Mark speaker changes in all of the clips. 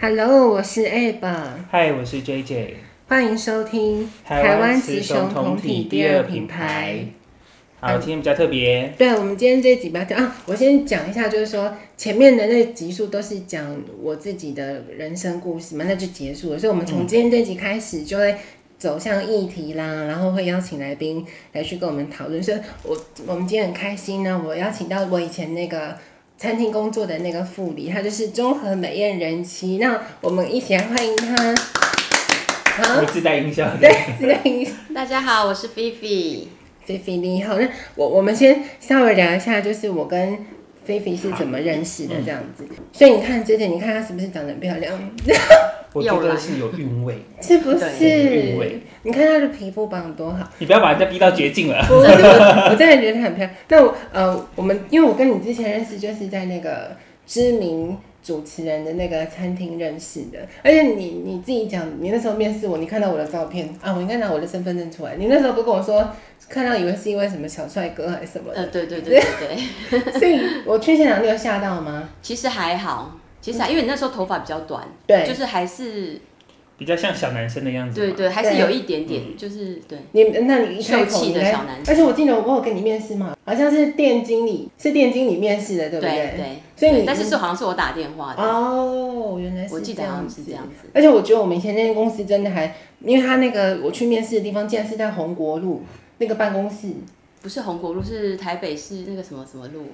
Speaker 1: Hello，我是 A 吧，
Speaker 2: 嗨，我是 JJ。
Speaker 1: 欢迎收听台湾雌雄同体第二品牌。
Speaker 2: 好，今天比较特别，
Speaker 1: 对，我们今天这集不要讲啊，我先讲一下，就是说前面的那集数都是讲我自己的人生故事嘛，那就结束了。所以，我们从今天这集开始就会走向议题啦，然后会邀请来宾来去跟我们讨论。所以我我们今天很开心呢，我邀请到我以前那个。餐厅工作的那个副理，他就是综合美艳人妻，那我们一起来欢迎他。
Speaker 2: 我
Speaker 1: 好，
Speaker 2: 自带音效。
Speaker 1: 对，这个音
Speaker 3: 大家好，我是菲菲。
Speaker 1: 菲菲你好，那我我们先稍微聊一下，就是我跟菲菲是怎么认识的这样子。所以你看姐姐，你看她是不是长得很漂亮？
Speaker 2: 我觉得是有韵味，
Speaker 1: 是不
Speaker 2: 对有韵
Speaker 1: 是
Speaker 2: 味？
Speaker 1: 你看她的皮肤保养多 好，
Speaker 2: 你不要把人家逼到绝境了。
Speaker 1: 不是我，我真的觉得她很漂亮。那我呃，我们因为我跟你之前认识，就是在那个知名。主持人的那个餐厅认识的，而且你你自己讲，你那时候面试我，你看到我的照片啊，我应该拿我的身份证出来。你那时候不是跟我说，看到以为是因为什么小帅哥还是什么的
Speaker 3: 呃，对对对 对对，
Speaker 1: 所以我去现场，你有吓到吗？
Speaker 3: 其实还好，其实还因为你那时候头发比较短，
Speaker 1: 对
Speaker 3: 就是还是
Speaker 2: 比较像小男生的样子。
Speaker 3: 对。对，还
Speaker 1: 嗯
Speaker 3: 是
Speaker 1: 对
Speaker 3: 有一点点，就是对，
Speaker 1: 你那你一开
Speaker 3: 秀
Speaker 1: 口
Speaker 3: 气
Speaker 1: 你
Speaker 3: 的
Speaker 1: 来
Speaker 3: 小男，生
Speaker 1: 而且我记得我我有跟你面试嘛，好像是店经理，是店经理面试的，对
Speaker 3: 对
Speaker 1: 不对？
Speaker 3: 对。
Speaker 1: 所以你
Speaker 3: 对但是是好像是我打电话的，
Speaker 1: 哦，原来是
Speaker 3: 我记得
Speaker 1: 这样
Speaker 3: 好像
Speaker 1: 子
Speaker 3: 是这样子。
Speaker 1: 而且我觉得我们以前那间公司真的还，因为他那个我去面试的地方，竟然是在红国路那个办公室，
Speaker 3: 不是红国路，是台北市那个什么什么路，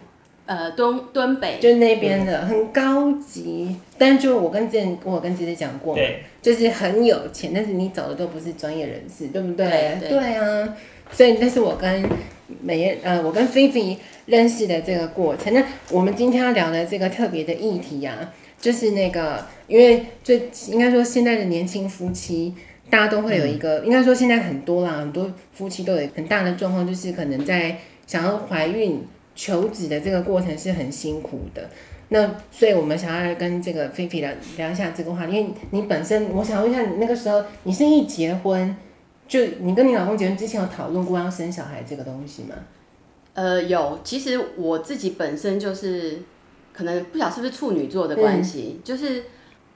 Speaker 3: 呃，敦敦北。
Speaker 1: 就是那边的，很高级。但就我跟之前我跟姐姐讲过，
Speaker 2: 对，
Speaker 1: 就是很有钱，但是你找的都不是专业人士，对不对？
Speaker 3: 对对
Speaker 1: 啊，所以这是我跟美艳呃，我跟菲菲认识的这个过程。那我们今天要聊的这个特别的议题啊，就是那个，因为最应该说现在的年轻夫妻。大家都会有
Speaker 3: 嗯
Speaker 1: 一个，应该说现在很多啦，很多夫妻都有很大的状况，就是可能在想要怀孕、求子的这个过程是很辛苦的。那所以，我们想要来跟这个菲菲聊聊一下这个话题，因为你本身，我想问一下，你那个时候你是一结婚，就你跟你老公结婚之前有讨论过要生小孩这个东西吗？
Speaker 3: 呃，有，其实我自己本身就是，可能不晓得是不是处女座的关系，
Speaker 1: 嗯
Speaker 3: 就是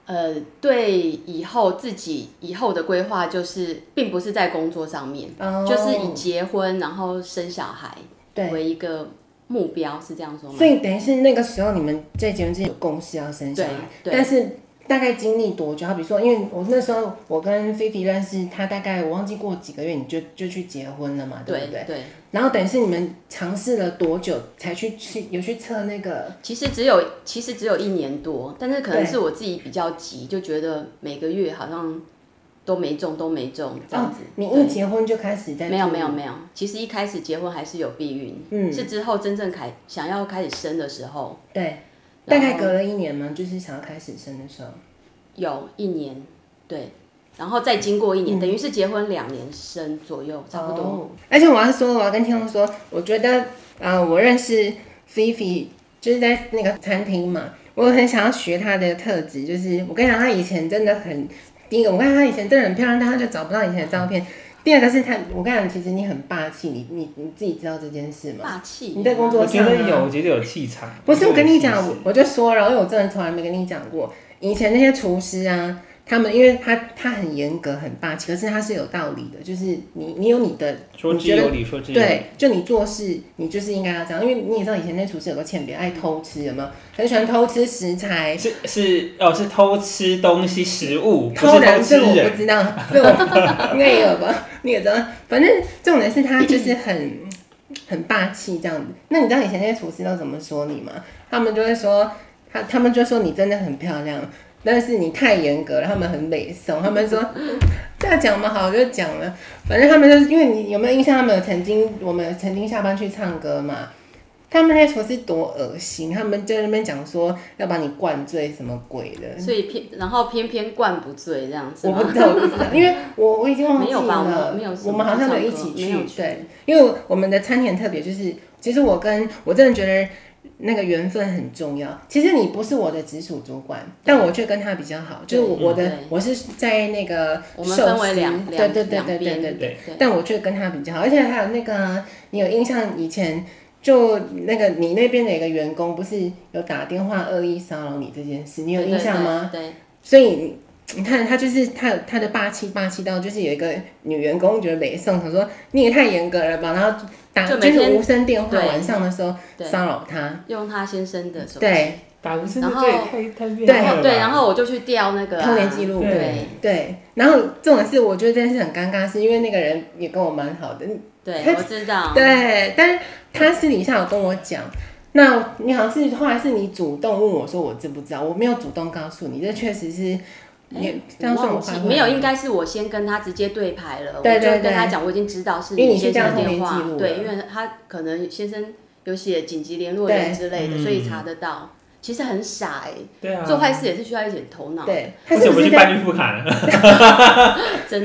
Speaker 3: 呃，对以后自己以后的规划，就是并不是在工作上面，
Speaker 1: 哦
Speaker 3: 嗯就是以结婚然后生小孩
Speaker 1: 对，
Speaker 3: 为一个目标，是这样说吗
Speaker 1: 所？以等于是那个时候你们在结婚之前有共识要生小孩，
Speaker 3: 对对
Speaker 1: 但是大概经历多久？好比说，因为我那时候我跟菲菲认识，她大概我忘记过几个月，你就就去结婚了嘛，对不对？
Speaker 3: 对对，
Speaker 1: 然后等于是你们尝试了多久才去去有去测那个？
Speaker 3: 其实只有其实只有一年多，但是可能
Speaker 1: 对
Speaker 3: 是我自己比较急，就觉得每个月好像都没中都没中这样
Speaker 1: 哦
Speaker 3: 子。，
Speaker 1: 你
Speaker 3: 对
Speaker 1: 一结婚就开始在
Speaker 3: 没有
Speaker 1: 注意
Speaker 3: 没有没有，其实一开始结婚还是有避孕，
Speaker 1: 嗯
Speaker 3: 是之后真正开想要开始生的时候，
Speaker 1: 对，大
Speaker 3: 然后
Speaker 1: 概隔了一年嘛，就是想要开始生的时候，
Speaker 3: 有一年，对，然后再经过一年，等于是结婚两年生左右，差不多。
Speaker 1: 嗯哦而且我要说，我要跟听众说，我觉得，呃，我认识菲菲就是在那个餐厅嘛，我很想要学她的特质，就是我跟你讲，她以前真的很，第一个，我看她以前真的很漂亮，但她就找不到以前的照片。第二个是她，我跟你讲，其实你很霸气，你你你自己知道这件事吗？
Speaker 3: 霸气。
Speaker 1: 你在工作
Speaker 2: 我
Speaker 1: 上
Speaker 2: 觉
Speaker 1: 啊
Speaker 2: 得有，我觉得有气场。
Speaker 1: 不是，我跟你
Speaker 2: 觉得
Speaker 1: 讲
Speaker 2: 有气，
Speaker 1: 我就说了，因为我真的从来没跟你讲过，以前那些厨师啊，他们因为他他很严格很霸气，可是他是有道理的，就是你你有你的
Speaker 2: 势说
Speaker 1: 你
Speaker 2: 之
Speaker 1: 觉得
Speaker 2: 有理，说之有理。
Speaker 1: 对，就你做事你就是应该要这样，因为你也知道以前那些厨师有个欠扁，爱偷吃，有没有？很喜欢偷吃食材。
Speaker 2: 是是哦，是偷吃东西食物，不
Speaker 1: 偷
Speaker 2: 是啊偷
Speaker 1: 人
Speaker 2: 吃
Speaker 1: 这个我
Speaker 2: 人。
Speaker 1: 不知道，这个我应该也有吧？ 你也知道，反正重点是他就是很很霸气这样子。那你知道以前那些厨师都怎么说你吗？他们就会说他，他们就说你真的很漂亮，但是你太严格了，他们很美颂，他们说。嗯这样讲嘛，好，我就讲了。反正他们就是因为你有没有印象？他们有曾经，我们有曾经下班去唱歌嘛。他们那些厨师多恶心，他们就在那边讲说要把你灌醉什么鬼的，
Speaker 3: 所以偏，然后偏偏灌不醉这样子
Speaker 1: 我
Speaker 3: 吗
Speaker 1: 不？ 知道，我不知道，因为我我已经忘
Speaker 3: 没
Speaker 1: 记
Speaker 3: 有吧我
Speaker 1: 了，
Speaker 3: 们没有什
Speaker 1: 我
Speaker 3: 么
Speaker 1: 们好像
Speaker 3: 这
Speaker 1: 有
Speaker 3: 首
Speaker 1: 一
Speaker 3: 歌
Speaker 1: 起
Speaker 3: 没有去
Speaker 1: 对，因为我们的餐点特别就是，其实我跟我真的觉得那个缘分很重要。其实你不是我的直属主管，但我却跟他比较好，就是我
Speaker 3: 对
Speaker 1: 我的
Speaker 3: 对
Speaker 1: 我是在那个
Speaker 3: 我们分为
Speaker 1: 寿司
Speaker 3: 两
Speaker 1: 对
Speaker 3: 两
Speaker 1: 对对对
Speaker 3: 两
Speaker 1: 对
Speaker 3: 边，
Speaker 1: 对对，
Speaker 3: 对
Speaker 1: 但我却跟他比较好，而且还有那个啊你有印象以前。就那个你那边的一个员工不是有打电话恶意骚扰你这件事，你有印象吗？？
Speaker 3: 对对对对，
Speaker 1: 所以你看他就是他他的霸气霸气到，就是有一个女员工觉得北宋，他说你也太严格了吧，然后打
Speaker 3: 就
Speaker 1: 就
Speaker 3: 每天
Speaker 1: 是无声电话，
Speaker 3: 对
Speaker 1: 晚上的时候
Speaker 3: 对
Speaker 1: 骚扰他，
Speaker 3: 用他先生的手机，
Speaker 1: 对
Speaker 2: 打无声
Speaker 3: 然
Speaker 2: 的
Speaker 3: 后
Speaker 2: 这也太太变态了吧
Speaker 3: 对，然后我就去调那个啊
Speaker 1: 通联记录
Speaker 3: 对
Speaker 1: 对，然后这种事我觉得真的是很尴尬，是因为那个人也跟我蛮好的，
Speaker 3: 对，我知道，
Speaker 1: 对，但是他私底下有跟我讲，那你好像是后来是你主动问我说我知不知道，我没有主动告诉你，这确实是你这样
Speaker 3: 哎我
Speaker 1: 算我
Speaker 3: 忘
Speaker 1: 发
Speaker 3: 记
Speaker 1: 挥吗
Speaker 3: 没有，应该是我先跟他直接对牌了，
Speaker 1: 对对
Speaker 3: 我就
Speaker 1: 对
Speaker 3: 跟他讲我已经知道是
Speaker 1: 因为你是
Speaker 3: 先
Speaker 1: 这样
Speaker 3: 生的
Speaker 1: 后面
Speaker 3: 电话
Speaker 1: 记录，
Speaker 3: 对，
Speaker 1: 的
Speaker 3: 因为他可能先生有写紧急联络人
Speaker 1: 对
Speaker 3: 之类的，
Speaker 2: 嗯
Speaker 3: 所以查得到。其实很傻哎、
Speaker 2: 对啊，
Speaker 3: 做坏事也是需要一点头脑，
Speaker 1: 对，他
Speaker 2: 而
Speaker 1: 是
Speaker 2: 且
Speaker 1: 不
Speaker 2: 我
Speaker 1: 是
Speaker 2: 去
Speaker 1: 在
Speaker 2: 办孕妇卡了，
Speaker 3: 真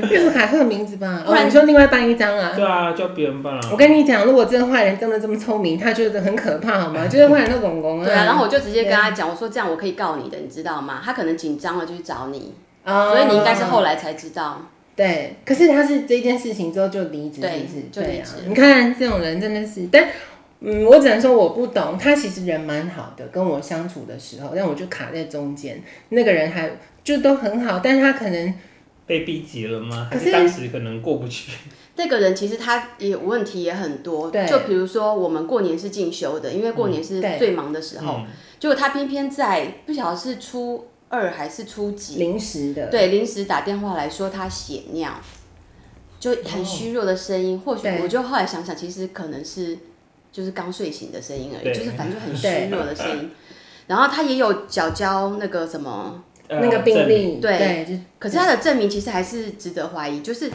Speaker 1: 日
Speaker 3: 的
Speaker 1: 福卡特的名字 吧？
Speaker 3: 不
Speaker 1: 哦
Speaker 3: 然，
Speaker 1: 你说另外办一张啊？
Speaker 2: 对啊，叫别人办啊。
Speaker 1: 我跟你讲，如果真的坏人真的这么聪明，他觉得很可怕，好吗？就是坏人都拱嗯拱啊。
Speaker 3: 对啊。然后我就直接跟他讲，我说这样我可以告你的，你知道吗？他可能紧张了就去找你，
Speaker 1: 哦
Speaker 3: 所以你应该是后来才知道。
Speaker 1: 对，可是他是这件事情之后就离职，
Speaker 3: 对
Speaker 1: 是不是
Speaker 3: 就
Speaker 1: 对
Speaker 3: 离
Speaker 1: 啊
Speaker 3: 职。
Speaker 1: 你看这种人真的是，但嗯，我只能说我不懂。他其实人蛮好的，跟我相处的时候，但我就卡在中间。那个人还就都很好，但是他可能
Speaker 2: 被逼急了吗？
Speaker 1: 可
Speaker 2: 还
Speaker 1: 是
Speaker 2: 是当时可能过不去？
Speaker 3: 那个人其实他也问题也很多，
Speaker 1: 对
Speaker 3: 就比如说我们过年是进修的，因为过年
Speaker 1: 嗯
Speaker 3: 是
Speaker 1: 对
Speaker 3: 最忙的时候，结果他偏偏在不晓得是初二还是初几，
Speaker 1: 临时的，
Speaker 3: 对，临时打电话来说他血尿，就很虚弱的声音，或许
Speaker 1: 哦对
Speaker 3: 我就后来想想，其实可能是就是刚睡醒的声音而已，
Speaker 2: 对
Speaker 3: 就是反正就很虚弱的声音。然后他也有脚脚那个什么，
Speaker 2: 呃
Speaker 1: 那个病，例，
Speaker 3: 对
Speaker 1: 嗯对，就
Speaker 3: 可是他的证明其实还是值得怀疑，就是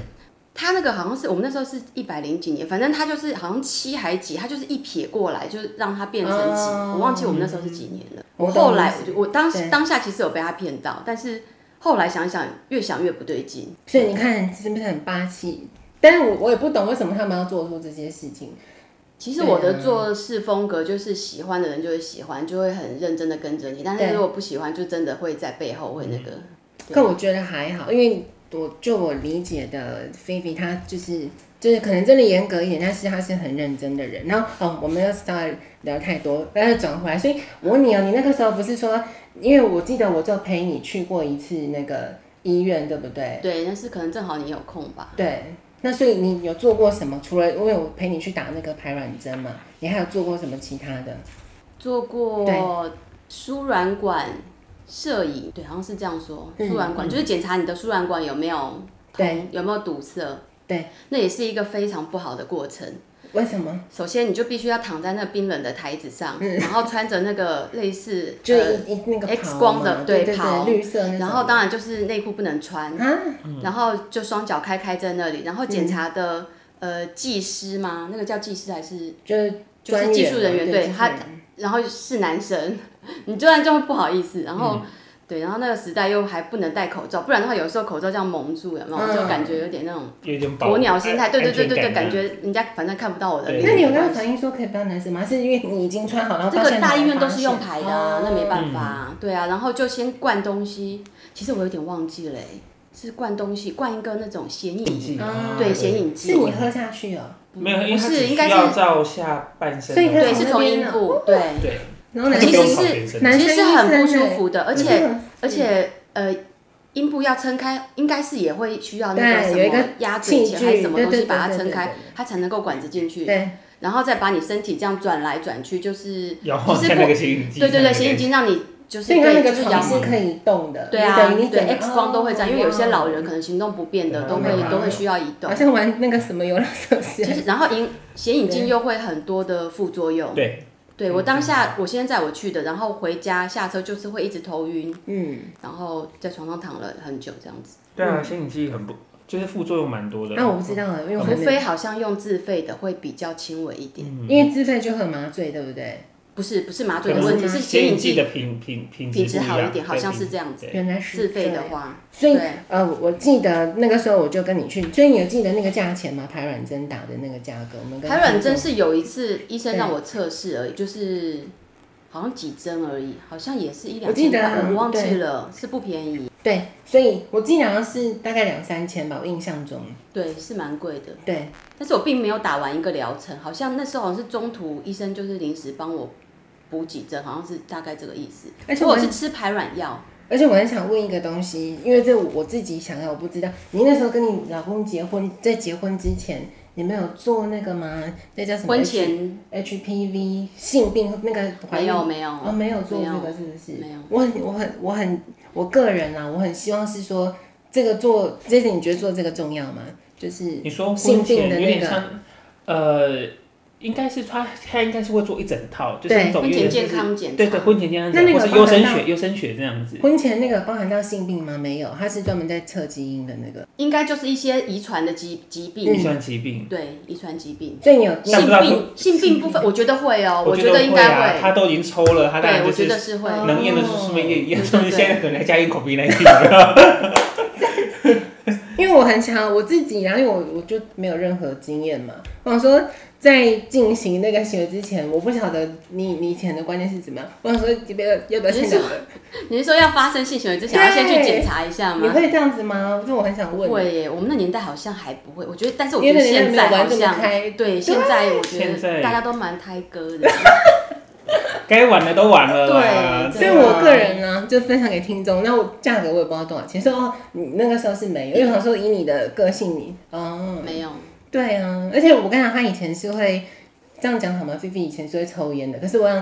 Speaker 3: 他那个好像是我们那时候是一百零几年，反正他就是好像七还几，他就是一撇过来，就是让他变成几，
Speaker 1: 哦
Speaker 3: 我忘记我们那时候是几年
Speaker 1: 嗯
Speaker 3: 了。
Speaker 1: 我
Speaker 3: 我
Speaker 1: 懂
Speaker 3: 后来
Speaker 1: 意思
Speaker 3: 我就我当时
Speaker 1: 对
Speaker 3: 当下其实有被他骗到，但是后来想想越想越不对劲，
Speaker 1: 所以你看是不是很霸气？但是我我也不懂为什么他们要做出这些事情。
Speaker 3: 其实我的
Speaker 1: 对啊
Speaker 3: 做事风格就是喜欢的人就会喜欢，就会很认真的跟着你，但
Speaker 1: 对
Speaker 3: 是如果不喜欢，就真的会在背后会那个。对
Speaker 1: 但我觉得还好，因为我就我理解的，菲菲她就是就是可能真的严格一点，但是她是很认真的人。然后哦，我们要稍微聊太多，但是转回来，所以我问你哦，你那个时候不是说，因为我记得我就陪你去过一次那个医院，对不对？
Speaker 3: 对，但是可能正好你有空吧。
Speaker 1: 对。那所以你有做过什么？除了因为我陪你去打那个排卵针嘛，你还有做过什么其他的？
Speaker 3: 做过输卵管摄影，对，好像是这样说。
Speaker 1: 嗯
Speaker 3: 输卵管、就是检查你的输卵管有没有
Speaker 1: 对
Speaker 3: 有没有堵塞，
Speaker 1: 对，嗯
Speaker 3: 那也是一个非常不好的过程。
Speaker 1: 为什么？
Speaker 3: 首先，你就必须要躺在那冰冷的台子上，然后穿着那个类似
Speaker 1: 嗯就
Speaker 3: 呃
Speaker 1: 是啊一、一那个
Speaker 3: X
Speaker 1: 袍
Speaker 3: 光的
Speaker 1: 嘛
Speaker 3: 对
Speaker 1: 对对
Speaker 3: 袍
Speaker 1: 绿色那种，
Speaker 3: 然后当然就是内裤不能穿，
Speaker 1: 啊，嗯
Speaker 3: 然后就双脚开开在那里，然后检查的、呃技师吗？那个叫技师还是？
Speaker 1: 就是
Speaker 3: 就是技术人员
Speaker 1: 专
Speaker 3: 对
Speaker 1: 嘛
Speaker 3: 他
Speaker 1: 技术人员
Speaker 3: 然后是男生， 你突然就会不好意思，然后、对，然后那个时代又还不能戴口罩，不然的话有时候口罩这样蒙住，有没有？
Speaker 1: 嗯
Speaker 3: 就感觉有点那种
Speaker 2: 有点保
Speaker 3: 鸵鸟心态，对对对对对，
Speaker 2: 安全
Speaker 3: 感
Speaker 2: 感啊
Speaker 3: 觉人家反正看不到我的
Speaker 2: 对
Speaker 3: 脸。
Speaker 1: 那你有跟他反映说可以不要男生吗？是因为你已经穿好，然后
Speaker 3: 这
Speaker 1: 到
Speaker 3: 个
Speaker 1: 现在
Speaker 3: 大
Speaker 1: 才
Speaker 3: 医院都是
Speaker 1: 发
Speaker 3: 用
Speaker 1: 现
Speaker 3: 牌的、啊，那没办法、
Speaker 2: 哦
Speaker 3: 啊，对啊，然后就先灌东西，其实我有点忘记了、欸，是灌东西，灌一个那种显影
Speaker 2: 禁
Speaker 3: 剂，
Speaker 2: 忌
Speaker 1: 啊
Speaker 3: 嗯对显影
Speaker 1: 是
Speaker 3: 剂，
Speaker 1: 你喝下去哦，
Speaker 2: 没有，因为
Speaker 3: 不
Speaker 2: 它
Speaker 3: 是
Speaker 2: 只
Speaker 3: 应该
Speaker 2: 需要
Speaker 3: 是
Speaker 2: 照下半身，
Speaker 1: 所以它
Speaker 3: 对，是
Speaker 1: 从
Speaker 3: 从
Speaker 1: 那边
Speaker 3: 阴
Speaker 1: 啊
Speaker 3: 部，对，
Speaker 2: 对，
Speaker 1: 然后男
Speaker 2: 它
Speaker 1: 生
Speaker 2: 不用
Speaker 3: 其实
Speaker 2: 靠
Speaker 3: 是
Speaker 2: 全身
Speaker 1: 男
Speaker 3: 其实是
Speaker 1: 生
Speaker 3: 很
Speaker 1: 医
Speaker 3: 不
Speaker 1: 生
Speaker 3: 舒
Speaker 1: 欸
Speaker 3: 服的，而
Speaker 1: 可是
Speaker 3: 且
Speaker 1: 很
Speaker 3: 而且呃，阴部要撑开，应该是也会需要那
Speaker 1: 对
Speaker 3: 个什
Speaker 1: 有一
Speaker 3: 么
Speaker 1: 个
Speaker 3: 鸭嘴钳
Speaker 1: 器具
Speaker 3: 还是什么
Speaker 1: 对
Speaker 3: 东西
Speaker 1: 对
Speaker 3: 把它
Speaker 1: 对对
Speaker 3: 撑
Speaker 1: 对
Speaker 3: 开
Speaker 1: 对对，
Speaker 3: 它才能够管子进去，
Speaker 1: 对
Speaker 3: 然后再把你身体这样转来转去，就是
Speaker 2: 摇
Speaker 3: 其
Speaker 2: 晃
Speaker 3: 实
Speaker 2: 在那
Speaker 3: 过
Speaker 2: 个显影剂
Speaker 3: 对
Speaker 2: 上面，
Speaker 3: 对对，显影经让你就是
Speaker 1: 所以他那
Speaker 3: 对，就
Speaker 1: 个
Speaker 3: 是摇
Speaker 1: 床
Speaker 3: 晃
Speaker 1: 是。可以动的，
Speaker 3: 对
Speaker 1: 你
Speaker 3: 啊
Speaker 1: 等于，你
Speaker 3: 对
Speaker 1: 整个
Speaker 3: X 光都会这样，因为有些老。
Speaker 1: 哦
Speaker 3: 人可能行动不便的
Speaker 2: 对
Speaker 3: 都
Speaker 1: 没有
Speaker 3: 会
Speaker 1: 办
Speaker 3: 都
Speaker 1: 法
Speaker 3: 会需 要移动
Speaker 1: 好，像玩那个什么游乐设施
Speaker 3: 就，是然后影显影镜又会很多的副作用。
Speaker 2: 对，
Speaker 3: 对我当下我现在我去的，然后回家下车就是会一直头晕，
Speaker 1: 嗯，
Speaker 3: 然后在床上躺了很久这样子。
Speaker 2: 对啊，显影剂很不，就是副作用蛮多的。哦
Speaker 1: 那我不知道啊了，因为我还
Speaker 3: 除
Speaker 1: 没有，
Speaker 3: 非好像用自费的会比较轻微一点，
Speaker 2: 嗯
Speaker 1: 因为自费就很麻醉，对不对？
Speaker 3: 不是不是麻
Speaker 2: 可
Speaker 3: 醉的
Speaker 2: 能
Speaker 3: 问题，
Speaker 1: 是
Speaker 3: 是
Speaker 2: 显
Speaker 3: 显
Speaker 2: 影
Speaker 3: 影
Speaker 2: 剂
Speaker 3: 剂
Speaker 2: 的品品品质
Speaker 3: 品质
Speaker 2: 不
Speaker 3: 好
Speaker 2: 样
Speaker 3: 一点，好像
Speaker 2: 对
Speaker 3: 是
Speaker 2: 品
Speaker 3: 这样子。
Speaker 1: 原来是
Speaker 3: 自费的
Speaker 1: 这样，
Speaker 3: 话，
Speaker 1: 所以
Speaker 3: 对
Speaker 1: 呃，我记得那个时候我就跟你去，所以你有记得那个价钱吗？排卵针打的那个价格，我们跟
Speaker 3: 排卵针
Speaker 1: 听
Speaker 3: 是有一次医生让我测试而已，就是好像几针而已，好像也是一两
Speaker 1: 我记
Speaker 3: 千
Speaker 1: 得
Speaker 3: 块，我忘记
Speaker 1: 对
Speaker 3: 了，是不便宜，
Speaker 1: 众对，所以我记得好像是大概两三千吧，我印象中，
Speaker 3: 对，是蛮贵的。
Speaker 1: 对，
Speaker 3: 但是我并没有打完一个疗程，好像那时候好像是中途医生就是临时帮我补几针，好像是大概这个意思。
Speaker 1: 而且
Speaker 3: 我
Speaker 1: 我
Speaker 3: 是吃排卵药，
Speaker 1: 而且我很想问一个东西，因为这我自己想要，我不知道。你那时候跟你老公结婚，在结婚之前，你们有做那个吗？那叫什么？
Speaker 3: 婚前
Speaker 1: HPV 性病那个怀
Speaker 3: 没
Speaker 1: 孕
Speaker 3: 有没有
Speaker 1: 哦，没有做
Speaker 3: 没
Speaker 1: 这
Speaker 3: 有
Speaker 1: 个是不是？
Speaker 3: 没有。
Speaker 1: 我很我很我很我个人啊啦，我很希望是说这个做，这是你觉得做这个重要吗？就是
Speaker 2: 你说
Speaker 1: 性
Speaker 2: 婚
Speaker 1: 病
Speaker 2: 前
Speaker 1: 的
Speaker 2: 有
Speaker 1: 那
Speaker 2: 点
Speaker 1: 个，
Speaker 2: 像，呃，应该是他他应该是会做一整套，就是
Speaker 1: 对
Speaker 2: 那种
Speaker 3: 婚
Speaker 2: 有
Speaker 3: 前
Speaker 2: 点
Speaker 3: 健
Speaker 2: 像是
Speaker 3: 康检查，
Speaker 2: 对对，婚前健康
Speaker 1: 那
Speaker 2: 检
Speaker 1: 那个
Speaker 2: 查或是
Speaker 1: 包
Speaker 2: 优
Speaker 1: 含
Speaker 2: 生
Speaker 1: 到
Speaker 2: 学优生学这样子。
Speaker 1: 婚前那个包含到性病吗？没有，它是专门在测基因的那个。
Speaker 3: 应该就是一些遗传的疾疾
Speaker 2: 遗
Speaker 3: 病，
Speaker 2: 传疾病，
Speaker 3: 对，遗传疾病。
Speaker 1: 所以你有你
Speaker 2: 像嗯
Speaker 3: 性
Speaker 2: 不知道
Speaker 3: 病性病部分，我觉得会哦，我
Speaker 2: 觉
Speaker 3: 得应该
Speaker 2: 啊，他
Speaker 3: 会，
Speaker 2: 都已经抽了，他当然就
Speaker 3: 对，我觉
Speaker 2: 是啊
Speaker 3: 得是会。
Speaker 1: 哦
Speaker 2: 能验的就是顺便验一验，
Speaker 3: 对
Speaker 2: 他
Speaker 3: 对
Speaker 2: 们
Speaker 3: 对
Speaker 2: 现在可能还加一口鼻来听。对
Speaker 1: 因为我很想我自己，然后啊因为我我就没有任何经验嘛，我想说在进行那个学之前，我不晓得你你以前的观念是怎么样。我想说这边要不要先
Speaker 3: 你是
Speaker 1: 讲？
Speaker 3: 你是说要发生性行为之前要先去
Speaker 1: 对
Speaker 3: 检查一下
Speaker 1: 你
Speaker 3: 吗？
Speaker 1: 会这样子吗？这我很想
Speaker 3: 不
Speaker 1: 问。
Speaker 3: 会耶，我们那年代好像还不会，我觉得，但是我
Speaker 1: 因为那
Speaker 3: 觉得
Speaker 1: 年代
Speaker 3: 现
Speaker 1: 没有
Speaker 3: 在好
Speaker 1: 玩这么
Speaker 3: 像
Speaker 1: 开
Speaker 3: 对，现在我觉
Speaker 2: 现在
Speaker 3: 得大家都蛮胎哥 的，
Speaker 2: 该玩的都玩了啦。啊
Speaker 1: 所
Speaker 3: 对
Speaker 1: 以我个人呢，就分享给听众。那我价格我也不知道多少钱，所以哦，你那个时候是没有，因为我想说以你的个性你，哦，
Speaker 3: 没有，
Speaker 1: 对啊，而且我跟你讲，他以前是会这样讲好吗菲菲以前是会抽烟的，可是我想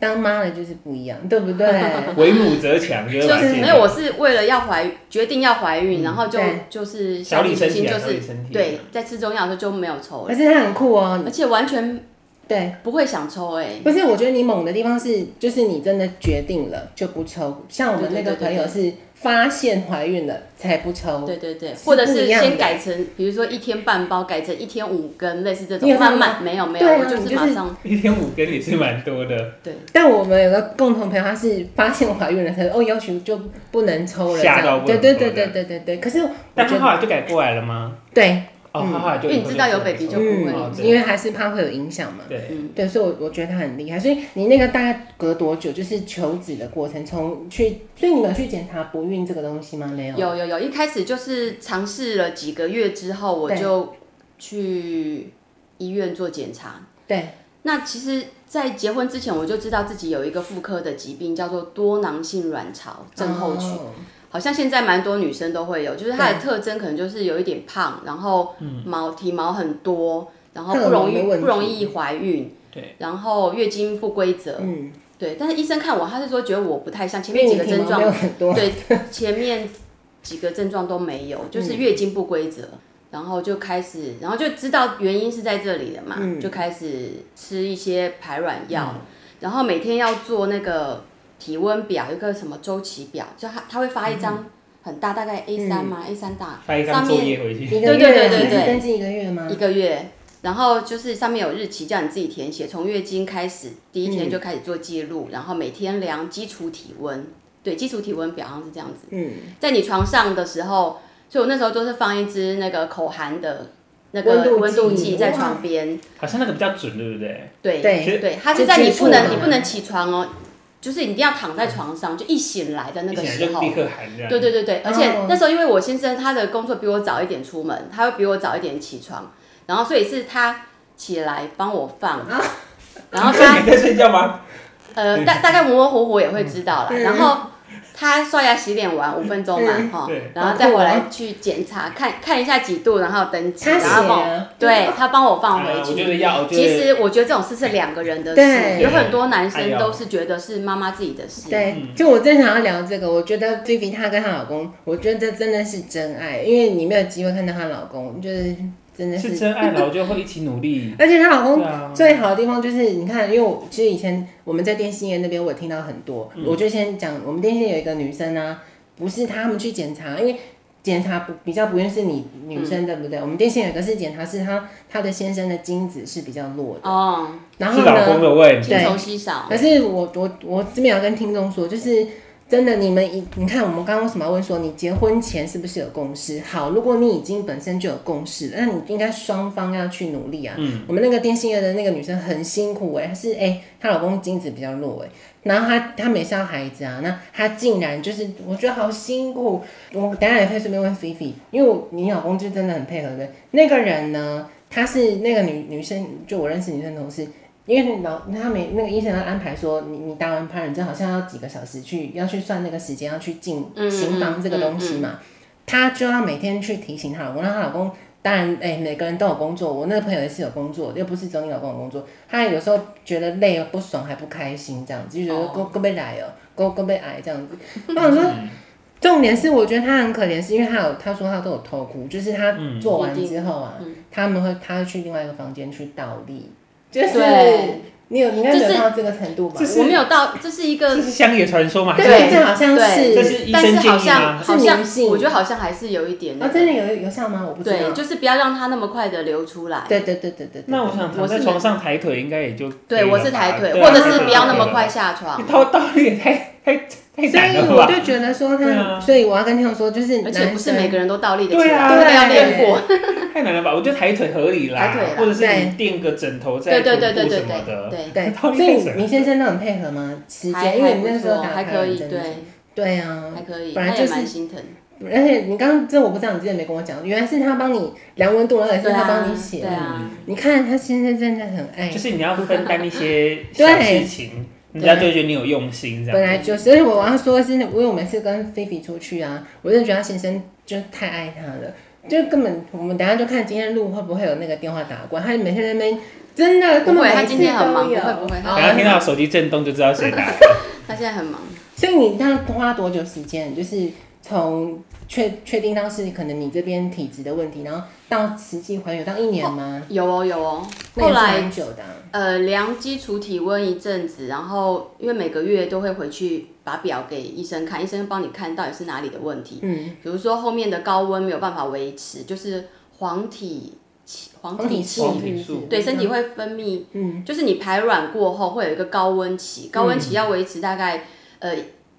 Speaker 1: 当妈的就是不一样，对不对？
Speaker 2: 为母则强，就
Speaker 3: 就是
Speaker 2: 把自
Speaker 3: 是
Speaker 2: 己
Speaker 3: 没有，我是为了要怀决定要怀孕，然后就
Speaker 1: 对
Speaker 3: 就是
Speaker 2: 嗯小李
Speaker 3: 李
Speaker 2: 身
Speaker 3: 清
Speaker 2: 体
Speaker 3: 就
Speaker 2: 啊，小嗯
Speaker 3: 是
Speaker 2: 李身体。
Speaker 3: 对，，在吃中药的时候就没有抽
Speaker 1: 可
Speaker 3: 了，
Speaker 1: 是他很酷哦，
Speaker 3: 而且完全
Speaker 1: 对。
Speaker 3: 不会想抽
Speaker 2: 嗯
Speaker 3: 哎，
Speaker 1: 不是，我觉得你猛的地方是，就是你真的决定了就不抽。像我们那个朋友是发现怀孕了才不抽。
Speaker 3: 对对对，
Speaker 1: 是
Speaker 3: 或者
Speaker 1: 不
Speaker 3: 是
Speaker 1: 一样的
Speaker 3: 先改成，比如说一天半包，改成一天五根，类似这
Speaker 1: 你有
Speaker 3: 种，
Speaker 1: 这样
Speaker 3: 慢
Speaker 1: 吗
Speaker 3: 慢没有没有，
Speaker 1: 对啊
Speaker 3: 我就
Speaker 1: 你
Speaker 3: 是
Speaker 1: 就是
Speaker 3: 马上
Speaker 2: 一天五根也是蛮多的，
Speaker 3: 对，
Speaker 1: 但我们有个共同朋友，他是发现怀孕了才哦，要求就不能抽了。这
Speaker 2: 吓到
Speaker 1: 样。
Speaker 2: 不
Speaker 1: 对
Speaker 2: 能
Speaker 1: 对
Speaker 2: 抽
Speaker 1: 对对对对对。可是我
Speaker 2: 但
Speaker 1: 觉
Speaker 2: 他
Speaker 1: 得
Speaker 2: 后来就改过来了吗？
Speaker 1: 对，
Speaker 2: 哦，
Speaker 1: 嗯
Speaker 2: 他后来就
Speaker 3: 因为你知道有 baby 就不会
Speaker 2: 哦
Speaker 1: 嗯，
Speaker 2: 对
Speaker 1: 因为还是怕会有影响嘛。
Speaker 2: 对，
Speaker 3: 嗯，
Speaker 1: 对，所以我我觉得他很厉害。所以你那个大概隔多久？就是求子的过程，从去，所以你们有去检查不孕这个东西吗？没有。
Speaker 3: 有有有，一开始就是尝试了几个月之后，我
Speaker 1: 对
Speaker 3: 就去医院做检查。
Speaker 1: 对，
Speaker 3: 那其实，在结婚之前，我就知道自己有一个妇科的疾病，叫做多囊性卵巢症候群。
Speaker 1: 哦
Speaker 3: 好像现在蛮多女生都会有，就是它的特征可能就是有一点胖，然后毛体毛很多，然后不容
Speaker 1: 荷尔蒙嗯
Speaker 3: 易
Speaker 1: 的问题
Speaker 3: 不容易怀孕，
Speaker 2: 对，
Speaker 3: 然后月经不规则，
Speaker 1: 嗯，
Speaker 3: 对。但是医生看我，他是说觉得我不太像前
Speaker 1: 因为
Speaker 3: 面
Speaker 1: 你
Speaker 3: 几个
Speaker 1: 体
Speaker 3: 症
Speaker 1: 毛
Speaker 3: 状
Speaker 1: 没有 很多。
Speaker 3: 对，前面几个症状都没有，就是月经不规则，然后就开始，然后就知道原因是在这里了嘛，
Speaker 1: 嗯
Speaker 3: 就开始吃一些排卵药，然后每天要做那个体温表，有一个什么周期表，就他他会发一
Speaker 1: 嗯
Speaker 3: 张很大，大概 A 三嘛、a 三大，
Speaker 2: 发一张
Speaker 3: 啊上
Speaker 2: 作
Speaker 3: 面
Speaker 2: 业回去。
Speaker 1: 一个
Speaker 3: 对对
Speaker 1: 月啊
Speaker 3: 对对
Speaker 1: 你是
Speaker 3: 对
Speaker 1: 登记一个月吗？
Speaker 3: 一个月。然后就是上面有日期，叫你自己填写，从月经开始第一天就开始做记录，
Speaker 1: 嗯
Speaker 3: 然后每天量基础体温，对，基础体温表好像是这样子。
Speaker 1: 嗯，
Speaker 3: 在你床上的时候，所以我那时候都是放一支那个口含的那
Speaker 1: 温度
Speaker 3: 个
Speaker 1: 计
Speaker 3: 温度计在
Speaker 1: 哇
Speaker 3: 床边，
Speaker 2: 好像那个比较准，对不对？
Speaker 3: 对
Speaker 1: 对
Speaker 2: 其实
Speaker 3: 对，它
Speaker 1: 就是
Speaker 3: 在你
Speaker 1: 接触
Speaker 3: 不能
Speaker 1: 嘛
Speaker 3: 你不能起床哦，就是你一定要躺在床上，就一醒来的那
Speaker 2: 一
Speaker 3: 个
Speaker 2: 起来
Speaker 3: 时
Speaker 2: 就
Speaker 3: 候
Speaker 2: 立。刻喊这样。
Speaker 3: 对对对对，而且
Speaker 1: 哦
Speaker 3: 那时候因为我先生他的工作比我早一点出门，他会比我早一点起床，然后所以是他起来帮我放，
Speaker 1: 啊
Speaker 3: 然后他
Speaker 2: 你在睡觉吗？
Speaker 3: 呃大大概模模糊糊也会知道
Speaker 1: 嗯
Speaker 3: 啦，然后他刷牙洗脸完五分钟嘛，哈
Speaker 2: 对，
Speaker 3: 然后再回来去检查，看看一下几度，然后登记，
Speaker 1: 他
Speaker 3: 然后
Speaker 1: 写
Speaker 3: 帮我
Speaker 1: 啊，
Speaker 3: 对他帮我放
Speaker 2: 啊
Speaker 3: 回
Speaker 2: 我觉
Speaker 3: 去。
Speaker 2: 得要，我觉
Speaker 3: 其
Speaker 2: 得
Speaker 3: 实我觉得这种事是两个人的
Speaker 1: 对
Speaker 3: 事，有很多男
Speaker 2: 哎
Speaker 3: 生
Speaker 2: 呦
Speaker 3: 都是觉得是妈妈自己的事。
Speaker 1: 对，
Speaker 2: 嗯
Speaker 1: 就我正想要聊这个，我觉得 Vivi 她跟她老公，我觉得这真的是真爱，因为你没有机会看到她老公，就是真的是，
Speaker 2: 是真爱了，我就会一起努力。
Speaker 1: 而且她老
Speaker 2: 对
Speaker 1: 公
Speaker 2: 啊，
Speaker 1: 最好的地方就是，你看，因为我其实以前我们在电信业那边，我也听到很多，
Speaker 2: 嗯
Speaker 1: 我就先讲，我们电信业有一个女生啊，不是他们去检查，因为。检查不比较不愿是你女
Speaker 2: 嗯
Speaker 1: 生、对不对？我们电信有一个是检查是她她的先生的精子是比较弱的，
Speaker 3: 哦，
Speaker 1: 然后
Speaker 2: 是
Speaker 1: 呢，
Speaker 2: 老公的问题
Speaker 1: 对
Speaker 3: 精虫稀少。
Speaker 1: 可是我我我这边要跟听众说，就是真的，你们一你看，我们刚刚为什么要问说你结婚前是不是有共识？好，如果你已经本身就有共识了，那你应该双方要去努力啊。嗯，我们那个电信业的那个女生很辛苦哎、她是哎、她老公精子比较弱哎、然后她她没生孩子啊，那她竟然就是我觉得好辛苦。我等一下也可以顺便问菲菲，因为我你老公就真的很配合的那个人呢，他是那个女女生，就我认识女生同事，因为老他们那个医生要安排说，你你打完帕人针好像要几个小时去，要去算那个时间，要去进
Speaker 3: 嗯
Speaker 1: 行房这个东西嘛。她就要每天去提醒她老公，让她老公当然哎、每个人都有工作，我那个朋友也是有工作，又不是只有你老公有工作。她有时候觉得累不爽还不开心这样子，就觉得够够被来哦，够够被挨这样 子。那我说。
Speaker 3: 嗯
Speaker 1: 重点是，我觉得她很可怜，是因为她有她说她都有偷哭，就是她
Speaker 3: 嗯
Speaker 1: 做完之后啊，他们会她会去另外一个房间去倒立，就是
Speaker 3: 对
Speaker 1: 你有你应该
Speaker 3: 就是
Speaker 1: 有到这个程度吧？
Speaker 3: 我没有到，这是一个
Speaker 2: 这是乡野传说嘛？
Speaker 1: 对
Speaker 2: 还是
Speaker 1: 这好像
Speaker 3: 对
Speaker 1: 是
Speaker 2: 这是医
Speaker 3: 但
Speaker 2: 生
Speaker 3: 是
Speaker 2: 建
Speaker 3: 好
Speaker 2: 议啊吗
Speaker 3: 像？好
Speaker 1: 是
Speaker 3: 像
Speaker 1: 迷信
Speaker 3: 我觉得好像还是有一点那
Speaker 1: 啊，
Speaker 3: 个
Speaker 1: 真的有有效吗？我不知
Speaker 3: 对，
Speaker 1: 道。
Speaker 3: 就是不要让它那么快的流出来。
Speaker 1: 对对对对对对。
Speaker 2: 那我想
Speaker 3: 我
Speaker 2: 躺在
Speaker 3: 是
Speaker 2: 床上抬腿，应该也就
Speaker 3: 对，
Speaker 2: 可以了
Speaker 3: 我是抬
Speaker 2: 吧
Speaker 3: 腿，
Speaker 2: 对啊
Speaker 3: 或者是不要那么快
Speaker 2: 对
Speaker 3: 下
Speaker 2: 啊
Speaker 3: 床。
Speaker 2: 倒倒立也太太太
Speaker 1: 所
Speaker 2: 难
Speaker 1: 以
Speaker 2: 了
Speaker 1: 我
Speaker 2: 吧？
Speaker 1: 就觉得说
Speaker 2: 对
Speaker 1: 他，
Speaker 2: 啊
Speaker 1: 所以我要跟听众说，就是
Speaker 3: 而
Speaker 1: 男
Speaker 3: 且
Speaker 1: 生
Speaker 3: 不是每个人都倒立的起
Speaker 2: 对
Speaker 3: 来，
Speaker 2: 啊
Speaker 3: 都
Speaker 1: 对
Speaker 3: 要练过。
Speaker 2: 太难了吧？我觉得抬腿合理啦，
Speaker 3: 抬腿啦
Speaker 2: 或者是
Speaker 1: 对
Speaker 2: 你垫个枕头在
Speaker 3: 对对对
Speaker 2: 臀
Speaker 3: 对
Speaker 2: 部
Speaker 3: 对
Speaker 2: 什么 的。
Speaker 3: 对
Speaker 1: 对，
Speaker 2: 他
Speaker 1: 所
Speaker 2: 们
Speaker 1: 以你先生都很配合吗？时
Speaker 3: 对，还
Speaker 1: 间，因为你
Speaker 3: 还
Speaker 1: 那
Speaker 3: 不
Speaker 1: 时候
Speaker 3: 错，
Speaker 1: 打
Speaker 3: 还
Speaker 1: 开
Speaker 3: 可以，
Speaker 1: 真的是
Speaker 3: 对，
Speaker 1: 对啊
Speaker 3: 还，可以，
Speaker 1: 本来
Speaker 3: 他
Speaker 1: 就
Speaker 3: 也
Speaker 1: 是
Speaker 3: 蛮心疼。
Speaker 1: 而且你刚刚这我不知道，你之前没跟我讲，原来是他帮你量温度，然后也是
Speaker 3: 对
Speaker 1: 他帮
Speaker 3: 啊
Speaker 1: 你，写
Speaker 3: 对
Speaker 1: 的。
Speaker 3: 啊，
Speaker 1: 你看他先生真的很爱
Speaker 2: 嗯就，是你要分担一些小事情，人家就会觉得你有用心这
Speaker 1: 本
Speaker 2: 样。
Speaker 1: 来就是，所以我要说的是，因为我每次跟菲菲出去啊，我就觉得她先生就是太爱她了，就根本我们等一下就看今天录会不会有那个电话打过来，他每天在那边真的根
Speaker 3: 不
Speaker 1: 本
Speaker 3: 会，他
Speaker 1: 每
Speaker 3: 今
Speaker 1: 次
Speaker 3: 天很
Speaker 1: 都
Speaker 3: 忙，不
Speaker 1: 有
Speaker 3: 会不会，
Speaker 1: 哦
Speaker 2: 等下听到手机震动就知道谁打
Speaker 3: 哦
Speaker 2: 的。
Speaker 3: 他现在很忙。
Speaker 1: 所以你那花多久时间？就是从确确定到是可能你这边体质的问题，然后到实际还原到一年吗？
Speaker 3: 有哦有哦，
Speaker 1: 那
Speaker 3: 后
Speaker 1: 也是
Speaker 3: 来
Speaker 1: 蛮久的啊、
Speaker 3: 呃量基础体温一阵子，然后因为每个月都会回去把表给医生看，医生帮你看到底是哪里的问题。
Speaker 1: 嗯，
Speaker 3: 比如说后面的高温没有办法维持，就是黄体黄
Speaker 1: 黄体
Speaker 3: 体
Speaker 1: 素
Speaker 3: 素，
Speaker 2: 黄体素
Speaker 3: 对身体会分泌，
Speaker 1: 嗯，
Speaker 3: 就是你排卵过后会有一个高温期，高温期要维持大概呃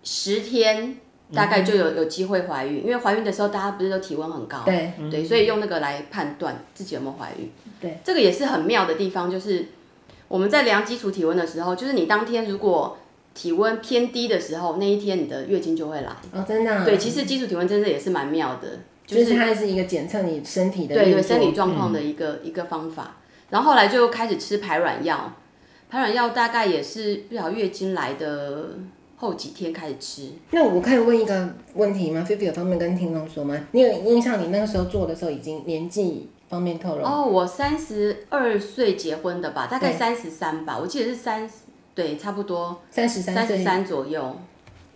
Speaker 3: 十天，大概就
Speaker 1: 嗯
Speaker 3: 有有机会怀孕，因为怀孕的时候大家不是都体温很高，
Speaker 1: 对
Speaker 3: 对，所以用那个来判断自己有没有怀孕。
Speaker 1: 对，
Speaker 3: 这个也是很妙的地方，就是我们在量基础体温的时候，就是你当天如果体温偏低的时候，那一天你的月经就会来。
Speaker 1: 哦，真的啊、
Speaker 3: 对，其实基础体温真的也是蛮妙的，就
Speaker 1: 就是
Speaker 3: 是
Speaker 1: 它是一个检测你身体的
Speaker 3: 对
Speaker 1: 运作
Speaker 3: 对
Speaker 1: 嗯
Speaker 3: 生理状况的一个、一个方法。然后后来就开始吃排卵药，排卵药大概也是不晓得月经来的后几天开始吃。
Speaker 1: 那我可以问一个问题吗？菲菲有方面跟听众说吗？你有印象你那个时候做的时候已经年纪方面透露？
Speaker 3: 哦，我三十二岁结婚的吧，大概三十三吧，我记得是三十，对，差不多
Speaker 1: 三十三
Speaker 3: 哦三
Speaker 1: 岁
Speaker 3: 十，三左右，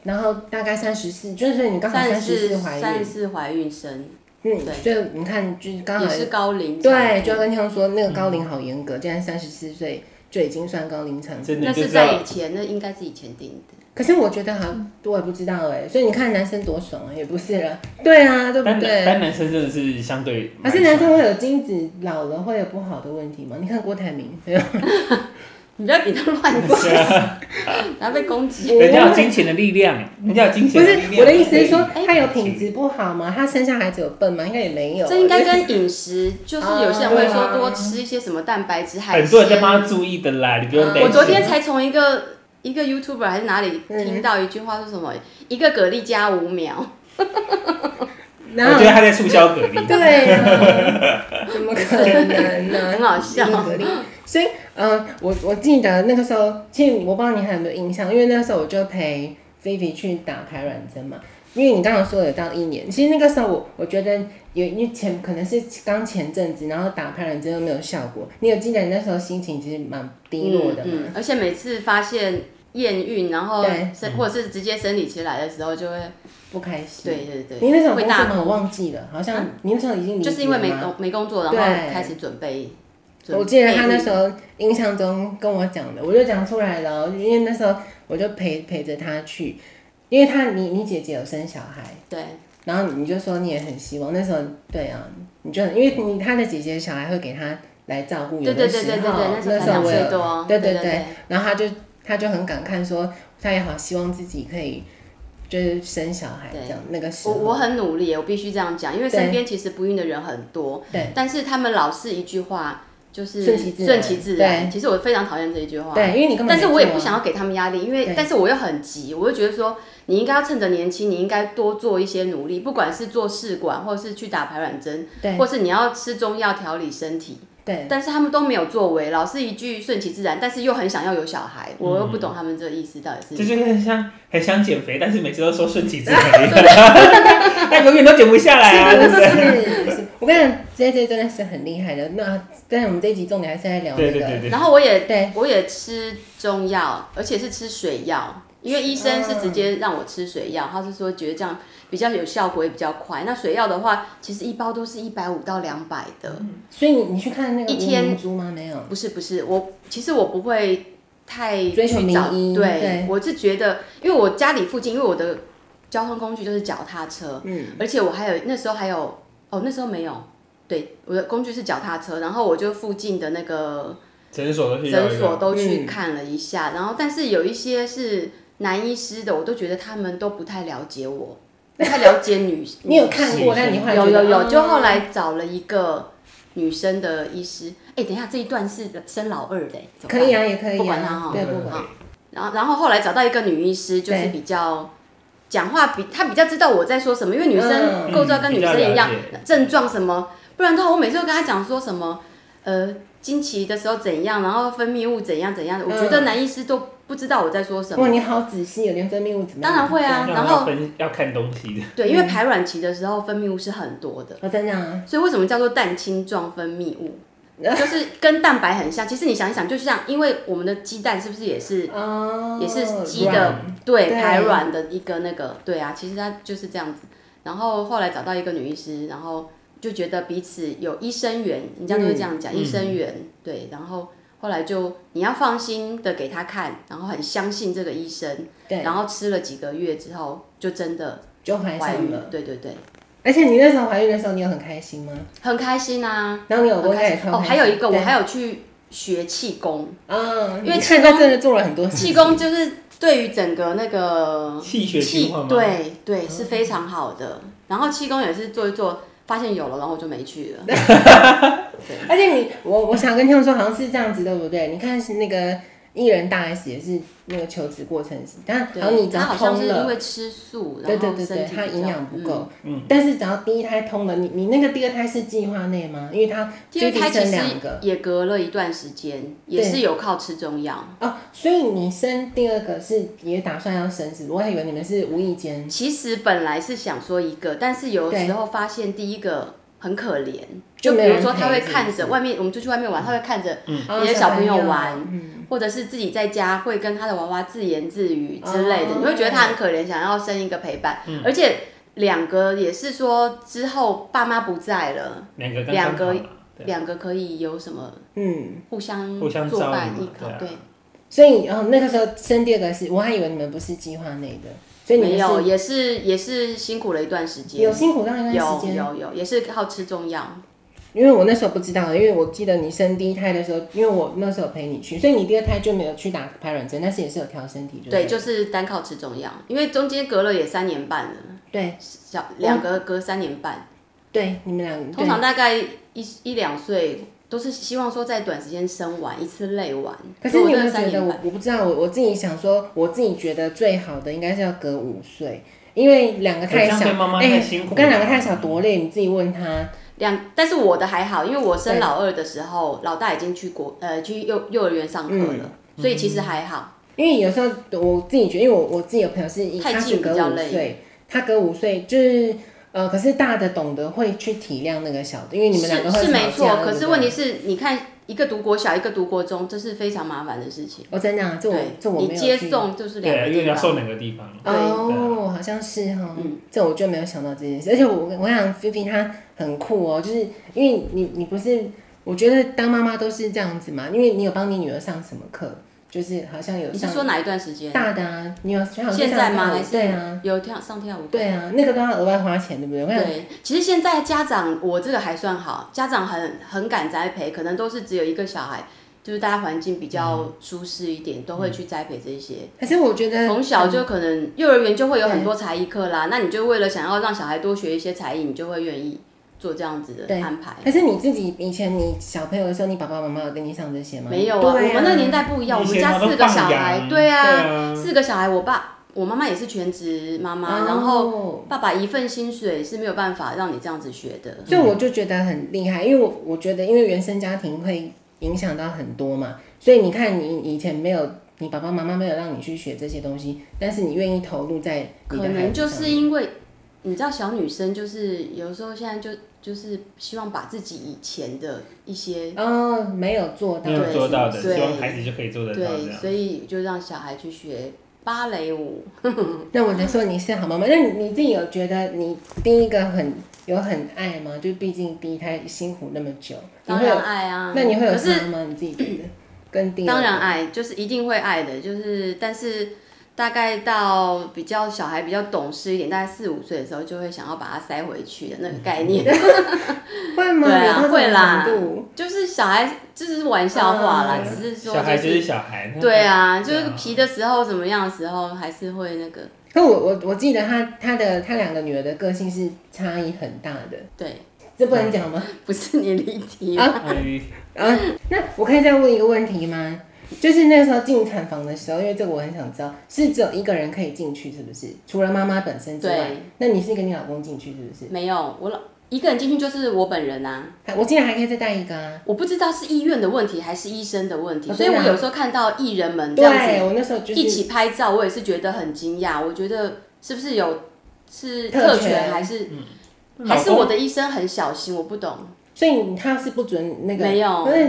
Speaker 1: 然后大概三十四，就是你刚好三十四
Speaker 3: 四
Speaker 1: 怀
Speaker 3: 三
Speaker 1: 孕
Speaker 3: 十，四怀孕生，
Speaker 1: 嗯，
Speaker 3: 对
Speaker 1: 所以你看就是刚好
Speaker 3: 也是高龄产
Speaker 1: 对，
Speaker 3: 妇
Speaker 1: 就要跟听众说那个高
Speaker 2: 嗯
Speaker 1: 龄好严格，竟然三十四岁就已经算高龄产妇。
Speaker 2: 真的
Speaker 3: 那
Speaker 2: 就是知道
Speaker 3: 在以前，那应该是以前定的。
Speaker 1: 可是我觉得好
Speaker 3: 嗯
Speaker 1: 像我也不知道哎、所以你看男生多爽啊，也不是啦，对啊，对不
Speaker 2: 但男
Speaker 1: 对？
Speaker 2: 但男生真的是相对
Speaker 1: 可
Speaker 2: 蛮少
Speaker 1: 是
Speaker 2: 的，
Speaker 1: 男生会有精子老了会有不好的问题吗？你看郭台铭，没有
Speaker 3: 你不要给他乱 讲，然后被攻击。
Speaker 2: 人家有金钱的力量，人家有金
Speaker 1: 不
Speaker 2: 钱
Speaker 1: 是
Speaker 2: 力量。
Speaker 1: 我的意思是说，
Speaker 3: 哎
Speaker 1: 他有品质不好吗？他生下孩子有笨吗？应该也没有。
Speaker 3: 这应该跟饮食，就是有些人会
Speaker 1: 啊
Speaker 3: 说多吃一些什么蛋白质、海
Speaker 2: 很多人在
Speaker 3: 鲜。
Speaker 2: 帮他注意的啦，你不用担心。
Speaker 3: 我昨天才从一个一个 YouTuber 还是哪里
Speaker 1: 嗯
Speaker 3: 听到一句话，说什么一个蛤蜊加五秒，
Speaker 1: 然
Speaker 2: 我
Speaker 1: 后
Speaker 2: 觉得他在促销蛤 蜊。
Speaker 1: 对啊，怎么可能呢、
Speaker 3: 很好笑
Speaker 1: 一个蛤蜊所以，呃，我我记得那个时候，其实我不知道你还有没有印象，因为那时候我就陪菲菲去打排卵针嘛。因为你刚刚说有到一年，其实那个时候我我觉得有，因为前可能是刚前阵子，然后打排卵针又没有效果。你有记得你那时候心情其实蛮 低落的嘛？
Speaker 3: 嗯嗯而且每次发现验孕，然后
Speaker 1: 对
Speaker 3: 生或者是直接生理期来的时候，就会
Speaker 1: 不开心。
Speaker 3: 对对对，
Speaker 1: 你那时候
Speaker 3: 会
Speaker 1: 工作
Speaker 3: 大嗯
Speaker 1: 吗？我忘记了，好像你那时候已经离
Speaker 3: 就是因为
Speaker 1: 职
Speaker 3: 没
Speaker 1: 了吗
Speaker 3: 工没工作，然后
Speaker 1: 对
Speaker 3: 开始准备。准
Speaker 1: 我记得他那时
Speaker 3: 备
Speaker 1: 候印象中跟我讲的，我就讲出来了哦，因为那时候我就陪陪着他去，因为他你你姐姐有生小孩，
Speaker 3: 对
Speaker 1: 然后你就说你也很希望那时候对啊，你就因为你他的姐姐小孩会给他来照顾，有
Speaker 3: 对
Speaker 1: 的
Speaker 3: 对对
Speaker 1: 时
Speaker 3: 对对对，
Speaker 1: 候哦
Speaker 3: 那时候才
Speaker 1: 时候
Speaker 3: 两
Speaker 1: 我
Speaker 3: 岁
Speaker 1: 有，
Speaker 3: 多，
Speaker 1: 对
Speaker 3: 对
Speaker 1: 对对，然后他就他就很感慨说，他也好希望自己可以就是生小孩
Speaker 3: 对
Speaker 1: 这样，那个时
Speaker 3: 我
Speaker 1: 候
Speaker 3: 我很努力，我必须这样讲，因为
Speaker 1: 对
Speaker 3: 身边其实不孕的人很多，
Speaker 1: 对，
Speaker 3: 但是他们老是一句话就是
Speaker 1: 顺其自然
Speaker 3: 顺其自然。其实我非常讨厌这一句话，
Speaker 1: 对，因为你根本
Speaker 3: 但是我也
Speaker 1: 没
Speaker 3: 不
Speaker 1: 做啊
Speaker 3: 想要给他们压力，因
Speaker 1: 对
Speaker 3: 为但是我又很急，我就觉得说你应该要趁着年轻，你应该多做一些努力，不管是做试管，或者是去打排卵针，
Speaker 1: 对
Speaker 3: 或是你要吃中药调理身体，
Speaker 1: 对，
Speaker 3: 但是他们都没有作为，老是一句顺其自然，但是又很想要有小孩，我又不
Speaker 1: 嗯
Speaker 3: 懂他们这个意思到底是。
Speaker 2: 这就是很像很想减肥，但是每次都说顺其自然一 样，但永远都减不下来啊！对不对
Speaker 1: 是是，我跟你讲，J J 真的是很厉害的。那但是我们这一集重点还是在聊那
Speaker 2: 对对
Speaker 1: 个
Speaker 2: 对对，
Speaker 3: 然后我也
Speaker 1: 对
Speaker 3: 我也吃中药，而且是吃水药，因为医生是直接让我吃水药，他是说觉得这样比较有效果，也比较快。那水药的话，其实一包都是一百五到两百的，
Speaker 1: 所以你你去看那个
Speaker 3: 一天
Speaker 1: 无名猪吗？没有，
Speaker 3: 不是不是，我其实我不会太
Speaker 1: 追求
Speaker 3: 去找，
Speaker 1: 名医
Speaker 3: 对
Speaker 1: 对。
Speaker 3: 我是觉得，因为我家里附近，因为我的交通工具就是脚踏车，嗯，而且我还有那时候还有哦，那时候没有。对，我的工具是脚踏车，然后我就附近的那个
Speaker 2: 诊所都是有
Speaker 3: 诊
Speaker 2: 一
Speaker 3: 所
Speaker 2: 个，
Speaker 3: 都去看了一下，然后但是有一些是男医师的，我都觉得他们都不太了解我，不太了解女
Speaker 1: 你有看过，但你后来
Speaker 3: 有
Speaker 1: 觉得
Speaker 3: 有有，
Speaker 1: 哦
Speaker 3: 就后来找了一个女生的医师。哎、等一下，这一段是生老二的、欸怎么办
Speaker 1: 可以啊，也可以啊，
Speaker 3: 不管他哦
Speaker 1: 对不管。
Speaker 3: 然后，然后后来找到一个女医师，就是
Speaker 1: 对
Speaker 3: 比较讲话比她比较知道我在说什么，因为女生
Speaker 1: 嗯
Speaker 3: 构造跟女生
Speaker 2: 嗯比较了解
Speaker 3: 一样，症状什么，不然的话我每次都跟她讲说什么，呃，经期的时候怎样，然后分泌物怎样怎样的，我觉得男医师都不知道我在说什
Speaker 1: 哇，
Speaker 3: 么。
Speaker 1: 你好仔细，有哦连分泌物怎么样？
Speaker 3: 当然会啊然
Speaker 2: 然
Speaker 3: 后
Speaker 2: 后分要看东西的，
Speaker 3: 对，因为排卵期的时候分泌物是很多的，
Speaker 1: 哦，真的啊，
Speaker 3: 所以为什么叫做蛋清状分泌物？就是跟蛋白很像，其实你想一想，就像因为我们的鸡蛋是不是也是
Speaker 1: 哦，
Speaker 3: 也是鸡
Speaker 1: 软
Speaker 3: 的对
Speaker 1: 对
Speaker 3: 排卵的一个那个对啊，其实它就是这样子。然后后来找到一个女医师，然后就觉得彼此有医生缘，人家都是这样讲，
Speaker 1: 嗯
Speaker 3: 医生缘对。然后后来就你要放心的给他看，然后很相信这个医生，
Speaker 1: 对，
Speaker 3: 然后吃了几个月之后，就真的
Speaker 1: 就怀
Speaker 3: 怀
Speaker 1: 上
Speaker 3: 孕
Speaker 1: 了。
Speaker 3: 了，对对对，
Speaker 1: 而且你那时候怀孕的时候，你有很开心吗？
Speaker 3: 很开心啊。
Speaker 1: 然后你有
Speaker 3: 很
Speaker 1: 公开
Speaker 3: 开
Speaker 1: 也
Speaker 3: 心
Speaker 1: 超
Speaker 3: 哦，还有一个我
Speaker 1: 对
Speaker 3: 还有去学气功，
Speaker 1: 嗯，
Speaker 3: 因为
Speaker 1: 你看他真的做了很多事情
Speaker 3: 气功就是对于整个那个
Speaker 2: 气血
Speaker 3: 嗯气
Speaker 2: 循环吗
Speaker 3: 对对是非常好的。然后气功也是做一做，发现有了，然后我就没去了。
Speaker 1: 而且你，我我想跟听众说，好像是这样子，对不对？你看是那个艺人大 S 也是那个求职过程时，但
Speaker 3: 对
Speaker 1: 好像你只
Speaker 3: 他
Speaker 1: 要
Speaker 3: 好像
Speaker 1: 通
Speaker 3: 是因
Speaker 1: 了，
Speaker 3: 为吃素，
Speaker 1: 对
Speaker 3: 然
Speaker 1: 对
Speaker 3: 后
Speaker 1: 对
Speaker 3: 身
Speaker 1: 对，
Speaker 3: 体
Speaker 1: 他
Speaker 3: 比较
Speaker 1: 营养不。
Speaker 3: 嗯
Speaker 1: 够。但是只要第一胎通了，你你那个第二胎是计划内吗？因为他
Speaker 3: 第二胎
Speaker 1: 就
Speaker 3: 其
Speaker 1: 生
Speaker 3: 实
Speaker 1: 两个
Speaker 3: 也隔了一段时间，也
Speaker 1: 对
Speaker 3: 是有靠吃中药。
Speaker 1: 哦，所以你生第二个是也打算要生子，我还以为你们是无意间
Speaker 3: 其实本来是想说一个，但是有时候发现第一个很可怜，
Speaker 1: 就
Speaker 3: 就比
Speaker 1: 没有
Speaker 3: 如
Speaker 1: 人
Speaker 3: 说他会
Speaker 1: 陪是不
Speaker 3: 看
Speaker 1: 是
Speaker 3: 着外面，我们出去外面玩，他会看着
Speaker 1: 哦
Speaker 3: 别的小朋友玩，
Speaker 1: 嗯
Speaker 3: 或者是自己在家会跟他的娃娃自言自语之类的，
Speaker 1: 哦
Speaker 3: 你会觉得他很可怜，想要生一个陪伴，
Speaker 2: 嗯
Speaker 3: 而且两个也是说之后爸妈不在了，
Speaker 2: 两个刚刚
Speaker 3: 两
Speaker 2: 好
Speaker 3: 个
Speaker 2: 嘛对
Speaker 3: 两个可以有什么
Speaker 1: 嗯，
Speaker 3: 互相
Speaker 2: 互相
Speaker 3: 作
Speaker 2: 照
Speaker 3: 伴
Speaker 2: 应
Speaker 3: 依
Speaker 2: 嘛
Speaker 3: 靠？
Speaker 2: 对啊
Speaker 3: 对，
Speaker 1: 所以哦，那个时候生第二个是，我还以为你们不是计划内的，所以你
Speaker 3: 没有，
Speaker 1: 们
Speaker 3: 也是也是辛苦了一段时
Speaker 1: 是
Speaker 3: 间，
Speaker 1: 有辛苦到一段时
Speaker 3: 有
Speaker 1: 间。
Speaker 3: 有有，也是靠吃中药。
Speaker 1: 因为我那时候不知道，因为我记得你生第一胎的时候，因为我那时候陪你去，所以你第二胎就没有去打排卵针，但是也是有调身体，不
Speaker 3: 对，就是单靠吃中药，因为中间隔了也三年半了，
Speaker 1: 对
Speaker 3: 小两个隔三年半，
Speaker 1: 嗯对，你们两
Speaker 3: 通
Speaker 1: 个
Speaker 3: 常大概一一两岁都是希望说在短时间生完一次累完。
Speaker 1: 可是你有没有
Speaker 3: 所以
Speaker 1: 觉得
Speaker 3: 我这个三年
Speaker 1: 我
Speaker 3: 半
Speaker 1: 我不知道，我我自己想说，我自己觉得最好的应该是要隔五岁，因为两个太
Speaker 2: 这样
Speaker 1: 小，哎
Speaker 2: 对妈妈太辛苦
Speaker 1: 我跟
Speaker 2: 了
Speaker 1: 两个太小多累，你自己问他，
Speaker 3: 两，但是我的还好，因为我生
Speaker 1: 对
Speaker 3: 老二的时候，老大已经去国呃去幼幼儿园上课了，
Speaker 1: 嗯
Speaker 3: 所以其实还好。
Speaker 1: 因为有时候我自己觉得，因为我我自己有朋友是一，
Speaker 3: 太
Speaker 1: 他是
Speaker 3: 近
Speaker 1: 隔
Speaker 3: 比较
Speaker 1: 五
Speaker 3: 累
Speaker 1: 岁，他隔五岁就是呃，可是大的懂得会去体谅那个小的，因为你们两个会
Speaker 3: 是是没
Speaker 1: 吵架
Speaker 3: 错，可
Speaker 1: 对
Speaker 3: 是
Speaker 1: 不
Speaker 3: 问
Speaker 1: 对
Speaker 3: 题是，你看一个读国小，一个读国中，这是非常麻烦的事情。
Speaker 1: 哦，真的、啊，这我
Speaker 3: 对
Speaker 1: 这我没有
Speaker 3: 你接
Speaker 1: 去
Speaker 3: 送就是两
Speaker 2: 对，
Speaker 3: 个
Speaker 2: 因为
Speaker 3: 地
Speaker 2: 你要
Speaker 3: 方，
Speaker 2: 送两个地方，
Speaker 3: 对嗯
Speaker 1: 哦，好像是哈、这我就没有想到这件事。而且我我想菲菲她很酷哦，就是因为你你不是，我觉得当妈妈都是这样子嘛，因为你有帮你女儿上什么课，就是好像有
Speaker 3: 你是
Speaker 1: 上
Speaker 3: 说哪一段时间？
Speaker 1: 大的啊，你有好像
Speaker 3: 现在
Speaker 1: 上
Speaker 3: 吗？
Speaker 1: 跳舞
Speaker 3: 还是
Speaker 1: 对啊，
Speaker 3: 有跳上跳舞？
Speaker 1: 对啊，那个都要额外花钱，对不对？我想
Speaker 3: 对，其实现在家长，我这个还算好，家长很很敢栽培，可能都是只有一个小孩，就是大家环境比
Speaker 2: 嗯
Speaker 3: 较舒适一点，都会去栽培这些。
Speaker 1: 可是我觉得
Speaker 3: 从小就可能幼儿园就会有很多才艺课啦，那你就为了想要让小孩多学一些才艺，你就会愿意做这样子的
Speaker 1: 对
Speaker 3: 安排。
Speaker 1: 可是你自己以前你小朋友的时候，你爸爸妈妈有跟你上这些吗？
Speaker 3: 啊
Speaker 1: 啊
Speaker 3: 没有啊，我们那个年代不一样，我
Speaker 2: 啊以
Speaker 3: 们
Speaker 2: 前
Speaker 3: 家
Speaker 2: 他都
Speaker 3: 四个
Speaker 2: 放
Speaker 3: 小
Speaker 2: 养
Speaker 3: 孩，对
Speaker 2: 对
Speaker 3: 啊，
Speaker 2: 啊
Speaker 3: 四个小孩，我爸我妈妈也是全职妈妈，
Speaker 1: 哦
Speaker 3: 然后爸爸一份薪水是没有办法让你这样子学的。
Speaker 1: 所以我就觉得很厉害，因为我我觉得，因为原生家庭会影响到很多嘛，所以你看你，你以前没有，你爸爸妈妈没有让你去学这些东西，但是你愿意投入在
Speaker 3: 可
Speaker 1: 你的孩
Speaker 3: 能
Speaker 1: 子
Speaker 3: 就
Speaker 1: 上
Speaker 3: 是因为你知道，小女生就是有时候现在就就是希望把自己以前的一些
Speaker 1: 哦，没有做到
Speaker 2: 没，有做到的，
Speaker 3: 对
Speaker 2: 希望孩子就可以做得到这
Speaker 3: 对，
Speaker 2: 样。
Speaker 3: 所以就让小孩去学芭蕾舞。
Speaker 1: 那我能说你是好妈妈？那你你自己有觉得你第一个很有很爱吗？就毕竟第一胎辛苦那么久，你
Speaker 3: 当
Speaker 1: 会
Speaker 3: 然
Speaker 1: 有，
Speaker 3: 爱啊，
Speaker 1: 那你会有
Speaker 3: 可是
Speaker 1: 差吗？你自己觉得？跟第二
Speaker 3: 当
Speaker 1: 个
Speaker 3: 然爱，就是一定会爱的，就是但是大概到比较小孩比较懂事一点，大概四五岁的时候，就会想要把它塞回去的那个概念，
Speaker 1: 会吗？
Speaker 3: 对啊
Speaker 1: 有到这种
Speaker 3: 会啦
Speaker 1: 程度
Speaker 3: 就是小孩这是玩笑话啦，
Speaker 1: 嗯
Speaker 3: 啊只是说
Speaker 2: 小孩
Speaker 3: 就
Speaker 2: 就是小孩，那
Speaker 3: 对啊，就是
Speaker 2: 对啊
Speaker 3: 皮的时候怎么样的时候，还是会那个
Speaker 1: 可我我我记得他他的他两个女儿的个性是差异很大的，
Speaker 3: 对，
Speaker 1: 这不能讲吗？
Speaker 3: 不是你离题
Speaker 1: 啊
Speaker 2: 嗯
Speaker 1: 啊， 那我可以再问一个问题吗？就是那时候进产房的时候，因为这个我很想知道，是只有一个人可以进去，是不是？除了妈妈本身之外
Speaker 3: 对，
Speaker 1: 那你是跟你老公进去，是不是？
Speaker 3: 没有，我老一个人进去就是我本人啊。
Speaker 1: 还我竟然还可以再带一个啊！
Speaker 3: 我不知道是医院的问题还是医生的问题，
Speaker 1: 哦
Speaker 3: 所以
Speaker 1: 真
Speaker 3: 我
Speaker 1: 的啊
Speaker 3: 有时候看到艺人嗯们这样子
Speaker 1: 对，我那时候就是
Speaker 3: 一起拍照，我也是觉得很惊讶。我觉得是不是有是
Speaker 1: 特
Speaker 3: 特
Speaker 1: 权
Speaker 3: 权还是、
Speaker 2: 嗯
Speaker 3: 还是
Speaker 2: 老公
Speaker 3: 我的医生很小心？我不懂，
Speaker 1: 所以他是不准那个
Speaker 3: 没有
Speaker 1: 可是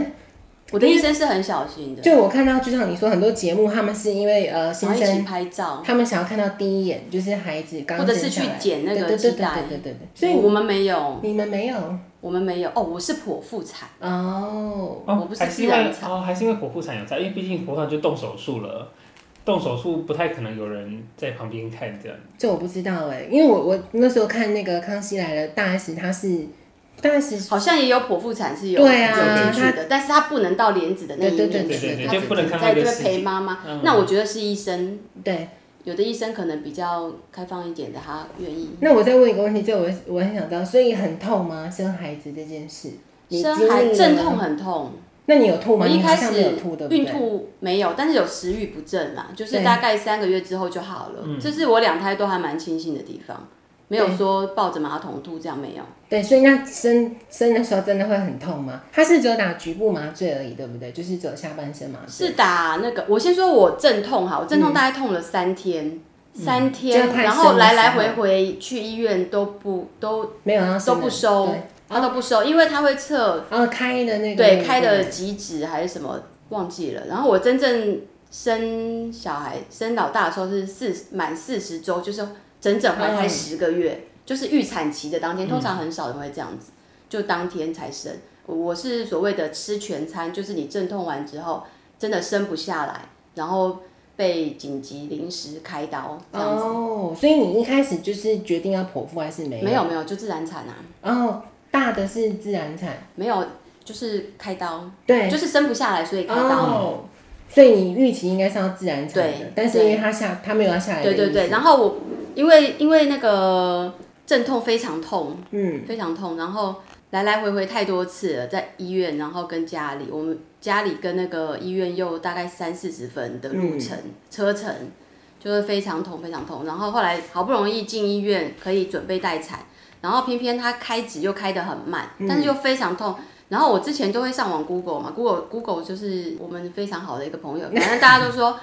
Speaker 3: 我的医生是很小心的，
Speaker 1: 就我看到，就像你说，很多节目他们是因为呃
Speaker 3: 然
Speaker 1: 新
Speaker 3: 后一起
Speaker 1: 生，
Speaker 3: 拍照，
Speaker 1: 他们想要看到第一眼就是孩子刚
Speaker 3: 或者
Speaker 1: 生
Speaker 3: 是
Speaker 1: 下
Speaker 3: 去
Speaker 1: 来
Speaker 3: 捡那个
Speaker 1: 对
Speaker 3: 嗯
Speaker 1: 对对
Speaker 3: 鸡蛋
Speaker 1: 对对对对，所以
Speaker 3: 我们没有，
Speaker 1: 你们没有
Speaker 3: 我们没有。哦，我是剖腹产，
Speaker 1: 哦，
Speaker 2: 哦，
Speaker 3: 我不是
Speaker 2: 还是因
Speaker 3: 自然
Speaker 2: 为
Speaker 3: 产
Speaker 2: 哦，还是因为剖腹产有差，因为毕竟剖腹产就动手术了，动手术不太可能有人在旁边看这样。
Speaker 1: 这我不知道哎、因为我我那时候看那个《康熙来了》，大 S 她是大 S，
Speaker 3: 好像也有剖腹产是有
Speaker 1: 对啊
Speaker 3: 有进去
Speaker 1: 他
Speaker 3: 的，但是他不能到莲子的那一
Speaker 1: 对
Speaker 3: 面
Speaker 1: 对
Speaker 3: 去，
Speaker 1: 对对对
Speaker 3: 他
Speaker 1: 就
Speaker 3: 只
Speaker 2: 不能
Speaker 3: 能
Speaker 2: 看
Speaker 3: 在
Speaker 2: 那
Speaker 3: 这
Speaker 2: 个
Speaker 3: 边
Speaker 2: 尸
Speaker 3: 陪
Speaker 2: 体
Speaker 3: 妈妈。
Speaker 2: 嗯
Speaker 3: 那我觉得是医生，
Speaker 1: 对。
Speaker 3: 有的医生可能比较开放一点的，他愿意。
Speaker 1: 那我再问一个问题，这我我很想知道，所以很痛吗？生孩子这件事，你
Speaker 3: 生
Speaker 1: 经历
Speaker 3: 孩
Speaker 1: 了
Speaker 3: 阵痛？很痛，
Speaker 1: 那你有吐吗？
Speaker 3: 我
Speaker 1: 你
Speaker 3: 一
Speaker 1: 好
Speaker 3: 开
Speaker 1: 像
Speaker 3: 始
Speaker 1: 没有吐对不
Speaker 3: 孕
Speaker 1: 对？
Speaker 3: 吐没有，但是有食欲不振啦，就是
Speaker 1: 对
Speaker 3: 大概三个月之后就好了。
Speaker 2: 嗯
Speaker 3: 这是我两胎都还蛮清醒的地方，没有
Speaker 1: 对
Speaker 3: 说抱着马桶吐这样没有。
Speaker 1: 对，所以那生生的时候真的会很痛吗？他是只有打局部麻醉而已，对不对？就是只有下半身麻醉。
Speaker 3: 是打那个，我先说我阵痛哈，我阵痛大概痛了三天，三天
Speaker 1: 就，嗯太
Speaker 3: 然
Speaker 1: 深
Speaker 3: 后
Speaker 1: 了
Speaker 3: 来
Speaker 1: 是
Speaker 3: 来
Speaker 1: 吗
Speaker 3: 回回去医院都不都
Speaker 1: 没有要生的
Speaker 3: 都不收
Speaker 1: 对，
Speaker 3: 他都不收，因为他会测
Speaker 1: 然后开的那个
Speaker 3: 对，开的几指还是什么忘记了。然后我真正生小孩、生老大的时候是四满四十周，就是整整怀
Speaker 1: 嗯
Speaker 3: 胎十个月，就是预产期的当天，通常很少人会这样子，就当天才生。我我是所谓的吃全餐，就是你阵痛完之后真的生不下来，然后被紧急临时开刀这样子。
Speaker 1: 哦，所以你一开始就是决定要剖腹还是没有？
Speaker 3: 没有没有，就自然产啊，
Speaker 1: 哦，大的是自然产，
Speaker 3: 没有就是开刀，
Speaker 1: 对，
Speaker 3: 就是生不下来，哦所以开刀。
Speaker 1: 哦，所以你预期应该是要自然产的
Speaker 3: 对，
Speaker 1: 但是因为他下他没有要下来的
Speaker 3: 对
Speaker 1: 意思，
Speaker 3: 对对，然后我因为因为那个阵痛非常痛，
Speaker 1: 嗯，
Speaker 3: 非常痛，然后来来回回太多次了，在医院，然后跟家里，我们家里跟那个医院又大概三四十分的路程、
Speaker 1: 嗯
Speaker 3: 车程，就是非常痛非常痛。然后后来好不容易进医院，可以准备待产，然后偏偏他开指又开得很慢，
Speaker 1: 嗯
Speaker 3: 但是又非常痛。然后我之前都会上网 Google 嘛，Google Google 就是我们非常好的一个朋友，反正大家都 说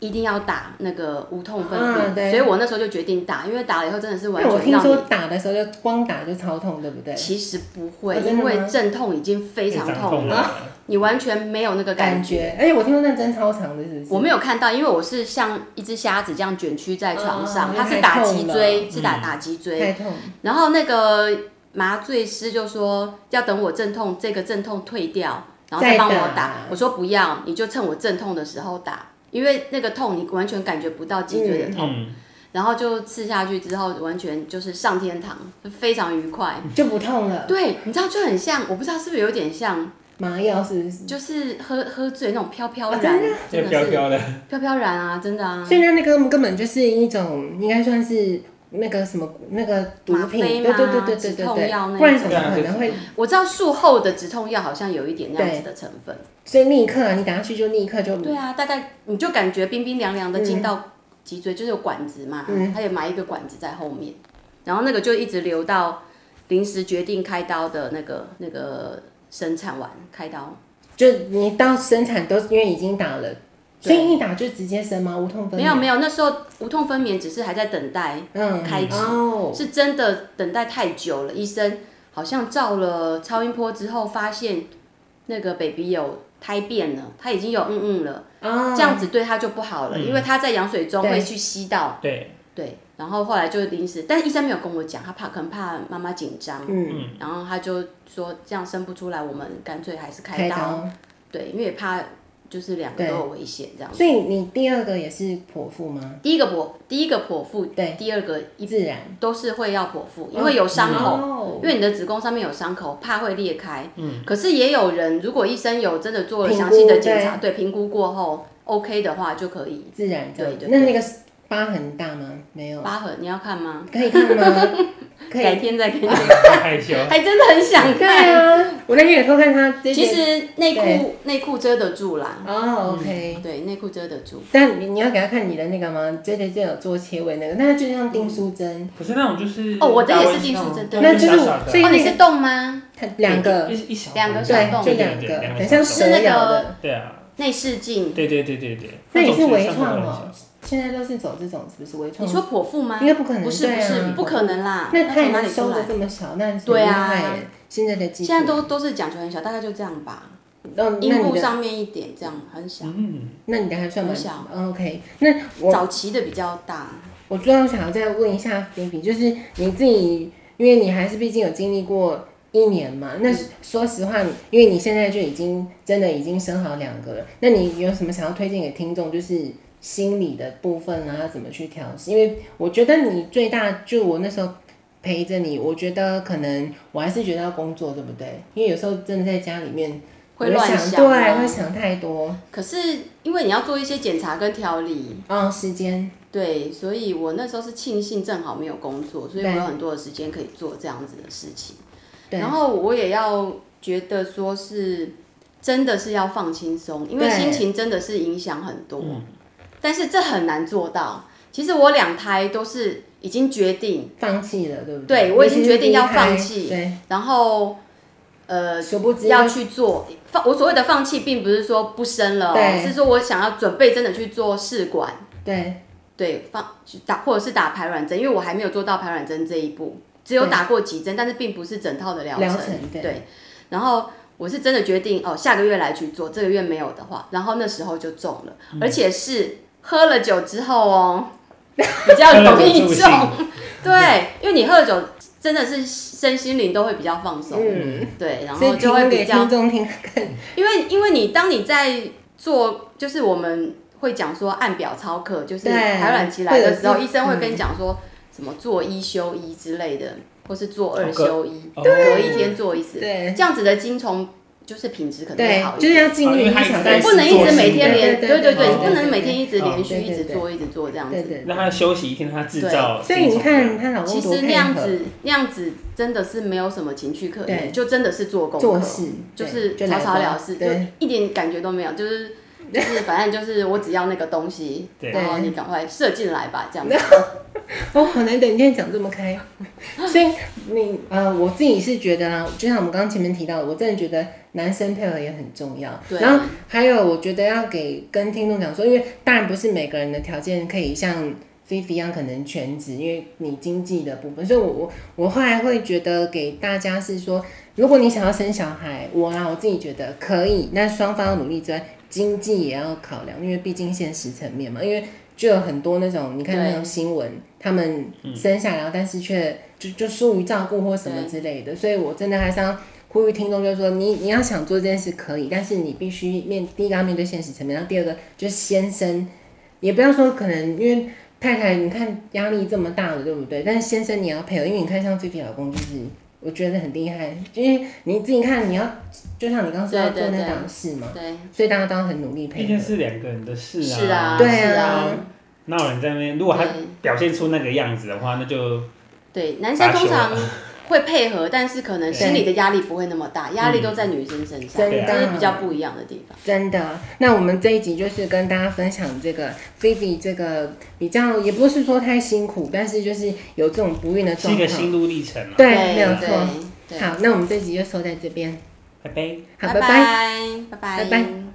Speaker 3: 一定要打那个无痛分
Speaker 1: 啊
Speaker 3: 娩，
Speaker 1: 对
Speaker 3: 所以我那时候就决定打，因为打了以后真的是完
Speaker 1: 那我
Speaker 3: 全
Speaker 1: 听
Speaker 3: 让你
Speaker 1: 说打的时候就光打就超痛，对不对？
Speaker 3: 其实不会，
Speaker 1: 哦真的
Speaker 3: 因为
Speaker 1: 吗
Speaker 3: 阵痛已经非常
Speaker 2: 长
Speaker 3: 痛
Speaker 2: 痛
Speaker 3: 了，
Speaker 2: 了，
Speaker 3: 你完全没有那个感
Speaker 1: 感
Speaker 3: 觉。
Speaker 1: 觉，而且我听说那针超长的，是不是？
Speaker 3: 我没有看到，因为我是像一只虾子这样卷曲在床
Speaker 1: 哦
Speaker 3: 上，
Speaker 1: 因
Speaker 3: 它
Speaker 1: 为
Speaker 3: 是
Speaker 1: 太
Speaker 3: 打
Speaker 1: 痛
Speaker 3: 脊
Speaker 1: 了
Speaker 3: 椎，是打
Speaker 2: 嗯
Speaker 3: 打脊椎，
Speaker 1: 太痛，
Speaker 3: 然后那个麻醉师就说要等我阵痛，这个阵痛退掉，然后再帮我
Speaker 1: 再
Speaker 3: 打。
Speaker 1: 打
Speaker 3: 我说不要，你就趁我阵痛的时候打，因为那个痛你完全感觉不到脊椎 的痛。
Speaker 2: 嗯，
Speaker 3: 然后就刺下去之后，完全就是上天堂，就非常愉快。
Speaker 1: 就不痛了。
Speaker 3: 对，你知道就很像，我不知道是不是有点像，
Speaker 1: 麻药是不是？
Speaker 3: 就是喝喝醉那种飘飘
Speaker 1: 啊真
Speaker 3: 然，
Speaker 2: 就
Speaker 3: 真的
Speaker 2: 飘
Speaker 3: 是
Speaker 2: 飘的，
Speaker 3: 飘飘然啊，真的啊。
Speaker 1: 所以那那个根本就是一种，应该算是那个什么那个毒品，
Speaker 3: 吗
Speaker 1: 对
Speaker 3: 啡
Speaker 1: 对
Speaker 3: 吗
Speaker 1: 对对对
Speaker 3: 止
Speaker 1: 对
Speaker 3: 痛药
Speaker 1: 对，
Speaker 3: 那种
Speaker 1: 不然怎么可
Speaker 2: 对啊
Speaker 1: 能会？
Speaker 3: 我知道术后的止痛药好像有一点那样
Speaker 1: 对
Speaker 3: 子的成分。
Speaker 1: 所以立刻啊，你打下去就立刻就
Speaker 3: 对啊，大概你就感觉冰冰凉凉的进到脊椎就是有管子嘛，
Speaker 1: 嗯
Speaker 3: 他也埋一个管子在后面，然后那个就一直留到临时决定开刀的那个那个生产完开刀，
Speaker 1: 就你到生产都因为已经打了，所
Speaker 3: 对
Speaker 1: 以一打就直接生吗？无痛分娩
Speaker 3: 没有没有，那时候无痛分娩只是还在等待，
Speaker 1: 嗯
Speaker 3: 开机
Speaker 1: 哦，
Speaker 3: 是真的等待太久了，医生好像照了超音波之后发现那个 baby 有胎变了，他已经有嗯嗯了，
Speaker 1: 哦
Speaker 3: 这样子对他就不好了，因为他在羊水中
Speaker 1: 对
Speaker 3: 会去吸到，
Speaker 2: 对，
Speaker 3: 对，然后后来就临时，但医生没有跟我讲，他怕可能怕妈妈紧张，
Speaker 1: 嗯，
Speaker 3: 然后他就说这样生不出来，我们干脆还是
Speaker 1: 开
Speaker 3: 开刀，
Speaker 1: 刀。
Speaker 3: 对，因为也怕就是两个
Speaker 1: 对
Speaker 3: 都有危险这样子。
Speaker 1: 所以你第二个也是剖腹吗？
Speaker 3: 第一个剖，第一个剖腹，
Speaker 1: 嗯对，嗯
Speaker 3: 第二个一
Speaker 1: 自然，哦
Speaker 3: 都是会要剖腹，因为有伤口，
Speaker 1: 口，
Speaker 3: 因为你的子宫上面有伤口，怕会裂开。嗯，可是也有人，如果医生有真的做了详细的检查，对，评估过后 OK 的话就可以。
Speaker 1: 自然这样
Speaker 3: 对对
Speaker 1: 那那个疤很大吗？没有，
Speaker 3: 疤痕你要看吗？
Speaker 1: 可以看 吗？可
Speaker 3: 改
Speaker 1: 以，啊
Speaker 3: 天再给你，
Speaker 2: 太害羞。
Speaker 3: 还真的很想看。
Speaker 1: 对啊，我那天也偷看他这件，
Speaker 3: 其实内裤内裤遮得住啦，
Speaker 1: 哦，OK。
Speaker 3: 对，内裤遮得住。
Speaker 1: 但你你要给他看你的那个吗？对对对，有做切尾那个，那就像订书针，
Speaker 2: 可是那种就是
Speaker 3: 哦我的也是
Speaker 2: 大卫
Speaker 3: 订书
Speaker 2: 像
Speaker 3: 针对
Speaker 1: 那就是
Speaker 2: 小小
Speaker 1: 我，
Speaker 2: 的
Speaker 1: 所以
Speaker 3: 哦，你
Speaker 1: 那
Speaker 3: 是
Speaker 1: 个
Speaker 3: 洞吗？
Speaker 1: 它两个，
Speaker 2: 一一小
Speaker 3: 两个小
Speaker 1: 对，
Speaker 3: 洞
Speaker 1: 就
Speaker 2: 对
Speaker 1: 两
Speaker 2: 两
Speaker 1: 个，
Speaker 2: 两
Speaker 1: 很像
Speaker 2: 小
Speaker 3: 是
Speaker 1: 蛇
Speaker 3: 那个
Speaker 1: 咬的。
Speaker 2: 对啊，
Speaker 3: 内视镜？
Speaker 2: 对对对对对。
Speaker 1: 那也是
Speaker 2: 种其实
Speaker 1: 微
Speaker 2: 伤口
Speaker 1: 创
Speaker 2: 都很
Speaker 1: 哦
Speaker 2: 小，
Speaker 1: 现在都是走这种，是不是微
Speaker 3: 你
Speaker 1: 创？
Speaker 3: 说剖腹吗
Speaker 1: 应？该不可能，
Speaker 3: 不是
Speaker 1: 对
Speaker 3: 不
Speaker 1: 啊
Speaker 3: 是，不可能啦。
Speaker 1: 那
Speaker 3: 从哪
Speaker 1: 太
Speaker 3: 里出
Speaker 1: 收的
Speaker 3: 来？
Speaker 1: 这么小，那很
Speaker 3: 对
Speaker 1: 厉
Speaker 3: 啊
Speaker 1: 害耶。现在的技术，
Speaker 3: 现在都都是讲求很小，大概就这样吧，
Speaker 1: 哦那那
Speaker 3: 阴
Speaker 1: 你
Speaker 3: 部
Speaker 1: 的
Speaker 3: 上面一点，这样很小。
Speaker 2: 嗯，
Speaker 1: 那你的还算蛮
Speaker 3: 很小
Speaker 1: 嗯 OK，那我
Speaker 3: 早期的比较大，
Speaker 1: 我最后想要再问一下菲比，就是你自己，因为你还是毕竟有经历过一年嘛。那
Speaker 3: 嗯
Speaker 1: 说实话，因为你现在就已经真的已经生好两个了，那你有什么想要推荐给听众？就是心理的部分啊，要怎么去调试？因为我觉得你最大，就我那时候陪着你，我觉得可能我还是觉得要工作，对不对？因为有时候真的在家里面
Speaker 3: 会乱
Speaker 1: 想，
Speaker 3: 想啊
Speaker 1: 对，会想太多。
Speaker 3: 可是因为你要做一些检查跟调理，
Speaker 1: 哦，时间，
Speaker 3: 对，所以我那时候是庆幸正好没有工作，所以我
Speaker 1: 对
Speaker 3: 有很多的时间可以做这样子的事情。
Speaker 1: 对
Speaker 3: 然后我也要觉得说是真的是要放轻松，因为
Speaker 1: 对嗯
Speaker 3: 心情真的是影响很多，但是这很难做到。其实我两胎都是已经决定，
Speaker 1: 放弃了，对不
Speaker 3: 对
Speaker 1: 对
Speaker 3: 我已经
Speaker 1: 你其实
Speaker 3: 决定要放
Speaker 1: 离开
Speaker 3: 弃
Speaker 1: 对。
Speaker 3: 然后呃
Speaker 1: 殊不知
Speaker 3: 要去做放。我所谓的放弃，并不是说不生了、哦，
Speaker 1: 对
Speaker 3: 是说我想要准备真的去做试管。
Speaker 1: 对
Speaker 3: 对，放去打或者是打排卵针，因为我还没有做到排卵针这一步，只有
Speaker 1: 对
Speaker 3: 打过几针，但是并不是整套的疗程。
Speaker 1: 疗程对
Speaker 3: 然后我是真的决定哦，下个月来去做，这个月没有的话，然后那时候就中了，
Speaker 1: 嗯
Speaker 3: 而且是喝了酒之后哦， 比较容
Speaker 2: 喝
Speaker 3: 易
Speaker 2: 了酒助
Speaker 3: 中。对，因为你喝了酒，真的是身心灵都会比较放松。
Speaker 1: 嗯，
Speaker 3: 对，然
Speaker 1: 所以
Speaker 3: 后就会
Speaker 1: 提供给
Speaker 3: 比较
Speaker 1: 听众听，
Speaker 3: 因为因为你当你在做，就是我们会讲说按表操课，就是
Speaker 1: 对
Speaker 3: 排卵期来的时候，
Speaker 1: 会有嗯
Speaker 3: 医生会跟你讲说什么做一休一之类的，或是做二休一，
Speaker 2: 哦
Speaker 3: 隔一天做一次，
Speaker 1: 对
Speaker 3: 这样子的精虫就是品质可能会
Speaker 1: 对
Speaker 3: 好，一
Speaker 1: 就是
Speaker 3: 点。
Speaker 1: 要尽力
Speaker 2: 因为他
Speaker 1: 你
Speaker 2: 一直
Speaker 1: 想
Speaker 2: 在
Speaker 1: 干
Speaker 3: 你
Speaker 1: 什么，
Speaker 3: 不能一直每天连，
Speaker 1: 对
Speaker 3: 对对对，
Speaker 2: 对
Speaker 3: 你不能每天一直
Speaker 2: 对
Speaker 3: 连续
Speaker 1: 对
Speaker 3: 一直
Speaker 1: 对
Speaker 3: 做一直做这样
Speaker 1: 对
Speaker 3: 子。
Speaker 1: 对
Speaker 2: 让
Speaker 1: 对。
Speaker 2: 他休息一天，让他制造
Speaker 1: 所
Speaker 2: 精虫。
Speaker 1: 以你看，她老公
Speaker 3: 其
Speaker 1: 多
Speaker 3: 实那
Speaker 1: 配
Speaker 3: 样
Speaker 1: 合
Speaker 3: 子，那样子真的是没有什么情趣可
Speaker 1: 对
Speaker 3: 言，就真的是做功课，
Speaker 1: 做事，
Speaker 3: 就
Speaker 1: 对
Speaker 3: 是
Speaker 1: 就
Speaker 3: 草
Speaker 1: 来
Speaker 3: 草
Speaker 1: 吧
Speaker 3: 了事，就
Speaker 1: 对，
Speaker 3: 一点感觉都没有， 就是就是反正就是我只要那个东西，
Speaker 2: 对
Speaker 3: 然后你赶快射进来吧，这样子。
Speaker 1: 哦，好难得你今天讲这么开，所以你呃，我自己是觉得啊，就像我们刚刚前面提到的，我真的觉得男生配合也很重要。
Speaker 3: 对
Speaker 1: 然后还有，我觉得要给跟听众讲说，因为当然不是每个人的条件可以像。菲菲一样可能全职，因为你经济的部分，所以我我我后来会觉得给大家是说，如果你想要生小孩，我啊我自己觉得可以，那双方要努力之外，经济也要考量，因为毕竟现实层面嘛，因为就有很多那种你看那种
Speaker 3: 对
Speaker 1: 新闻，他们生下来，然后但是却就就疏于照顾或什么之类的，所以我真的还是要呼吁听众，就是说你你要想做这件事可以，但是你必须面第一个要面对现实层面，然后第二个就是先生，也不要说可能因为太太你看压力这么大了，对不对？但是先生你也要配合，因为你看像菲菲老公就是我觉得很厉害，因为你自己看你要就像你刚刚说要
Speaker 3: 对
Speaker 1: 做
Speaker 3: 对
Speaker 1: 那
Speaker 3: 对
Speaker 1: 档事嘛，
Speaker 3: 对，
Speaker 1: 所以大家都要很努力
Speaker 2: 毕
Speaker 1: 配
Speaker 2: 竟
Speaker 1: 合。
Speaker 2: 是两个人的事啊。
Speaker 3: 是啊，
Speaker 1: 对啊
Speaker 3: 是啊，
Speaker 2: 那有人在那边，如果他
Speaker 3: 对
Speaker 2: 表现出那个样子的话，那就
Speaker 3: 对，男生通常会配合，但是可能心理的压力不会那么大，压力都在女生身上，
Speaker 1: 真
Speaker 3: 这是
Speaker 1: 的
Speaker 3: 比较不一样的地方。
Speaker 1: 真的，那我们这一集就是跟大家分享这个 Vivi 这个比较，也不是说太辛苦，但是就是有这种不孕的
Speaker 2: 是
Speaker 1: 状
Speaker 2: 一个
Speaker 1: 况。
Speaker 2: 心路历程啊。
Speaker 1: 对，没有
Speaker 3: 对
Speaker 1: 错。
Speaker 3: 对，
Speaker 1: 好，那我们这集就收在这边。
Speaker 2: 拜拜。
Speaker 1: 好，
Speaker 3: 拜
Speaker 1: 拜拜
Speaker 3: 拜
Speaker 1: 拜拜
Speaker 3: 拜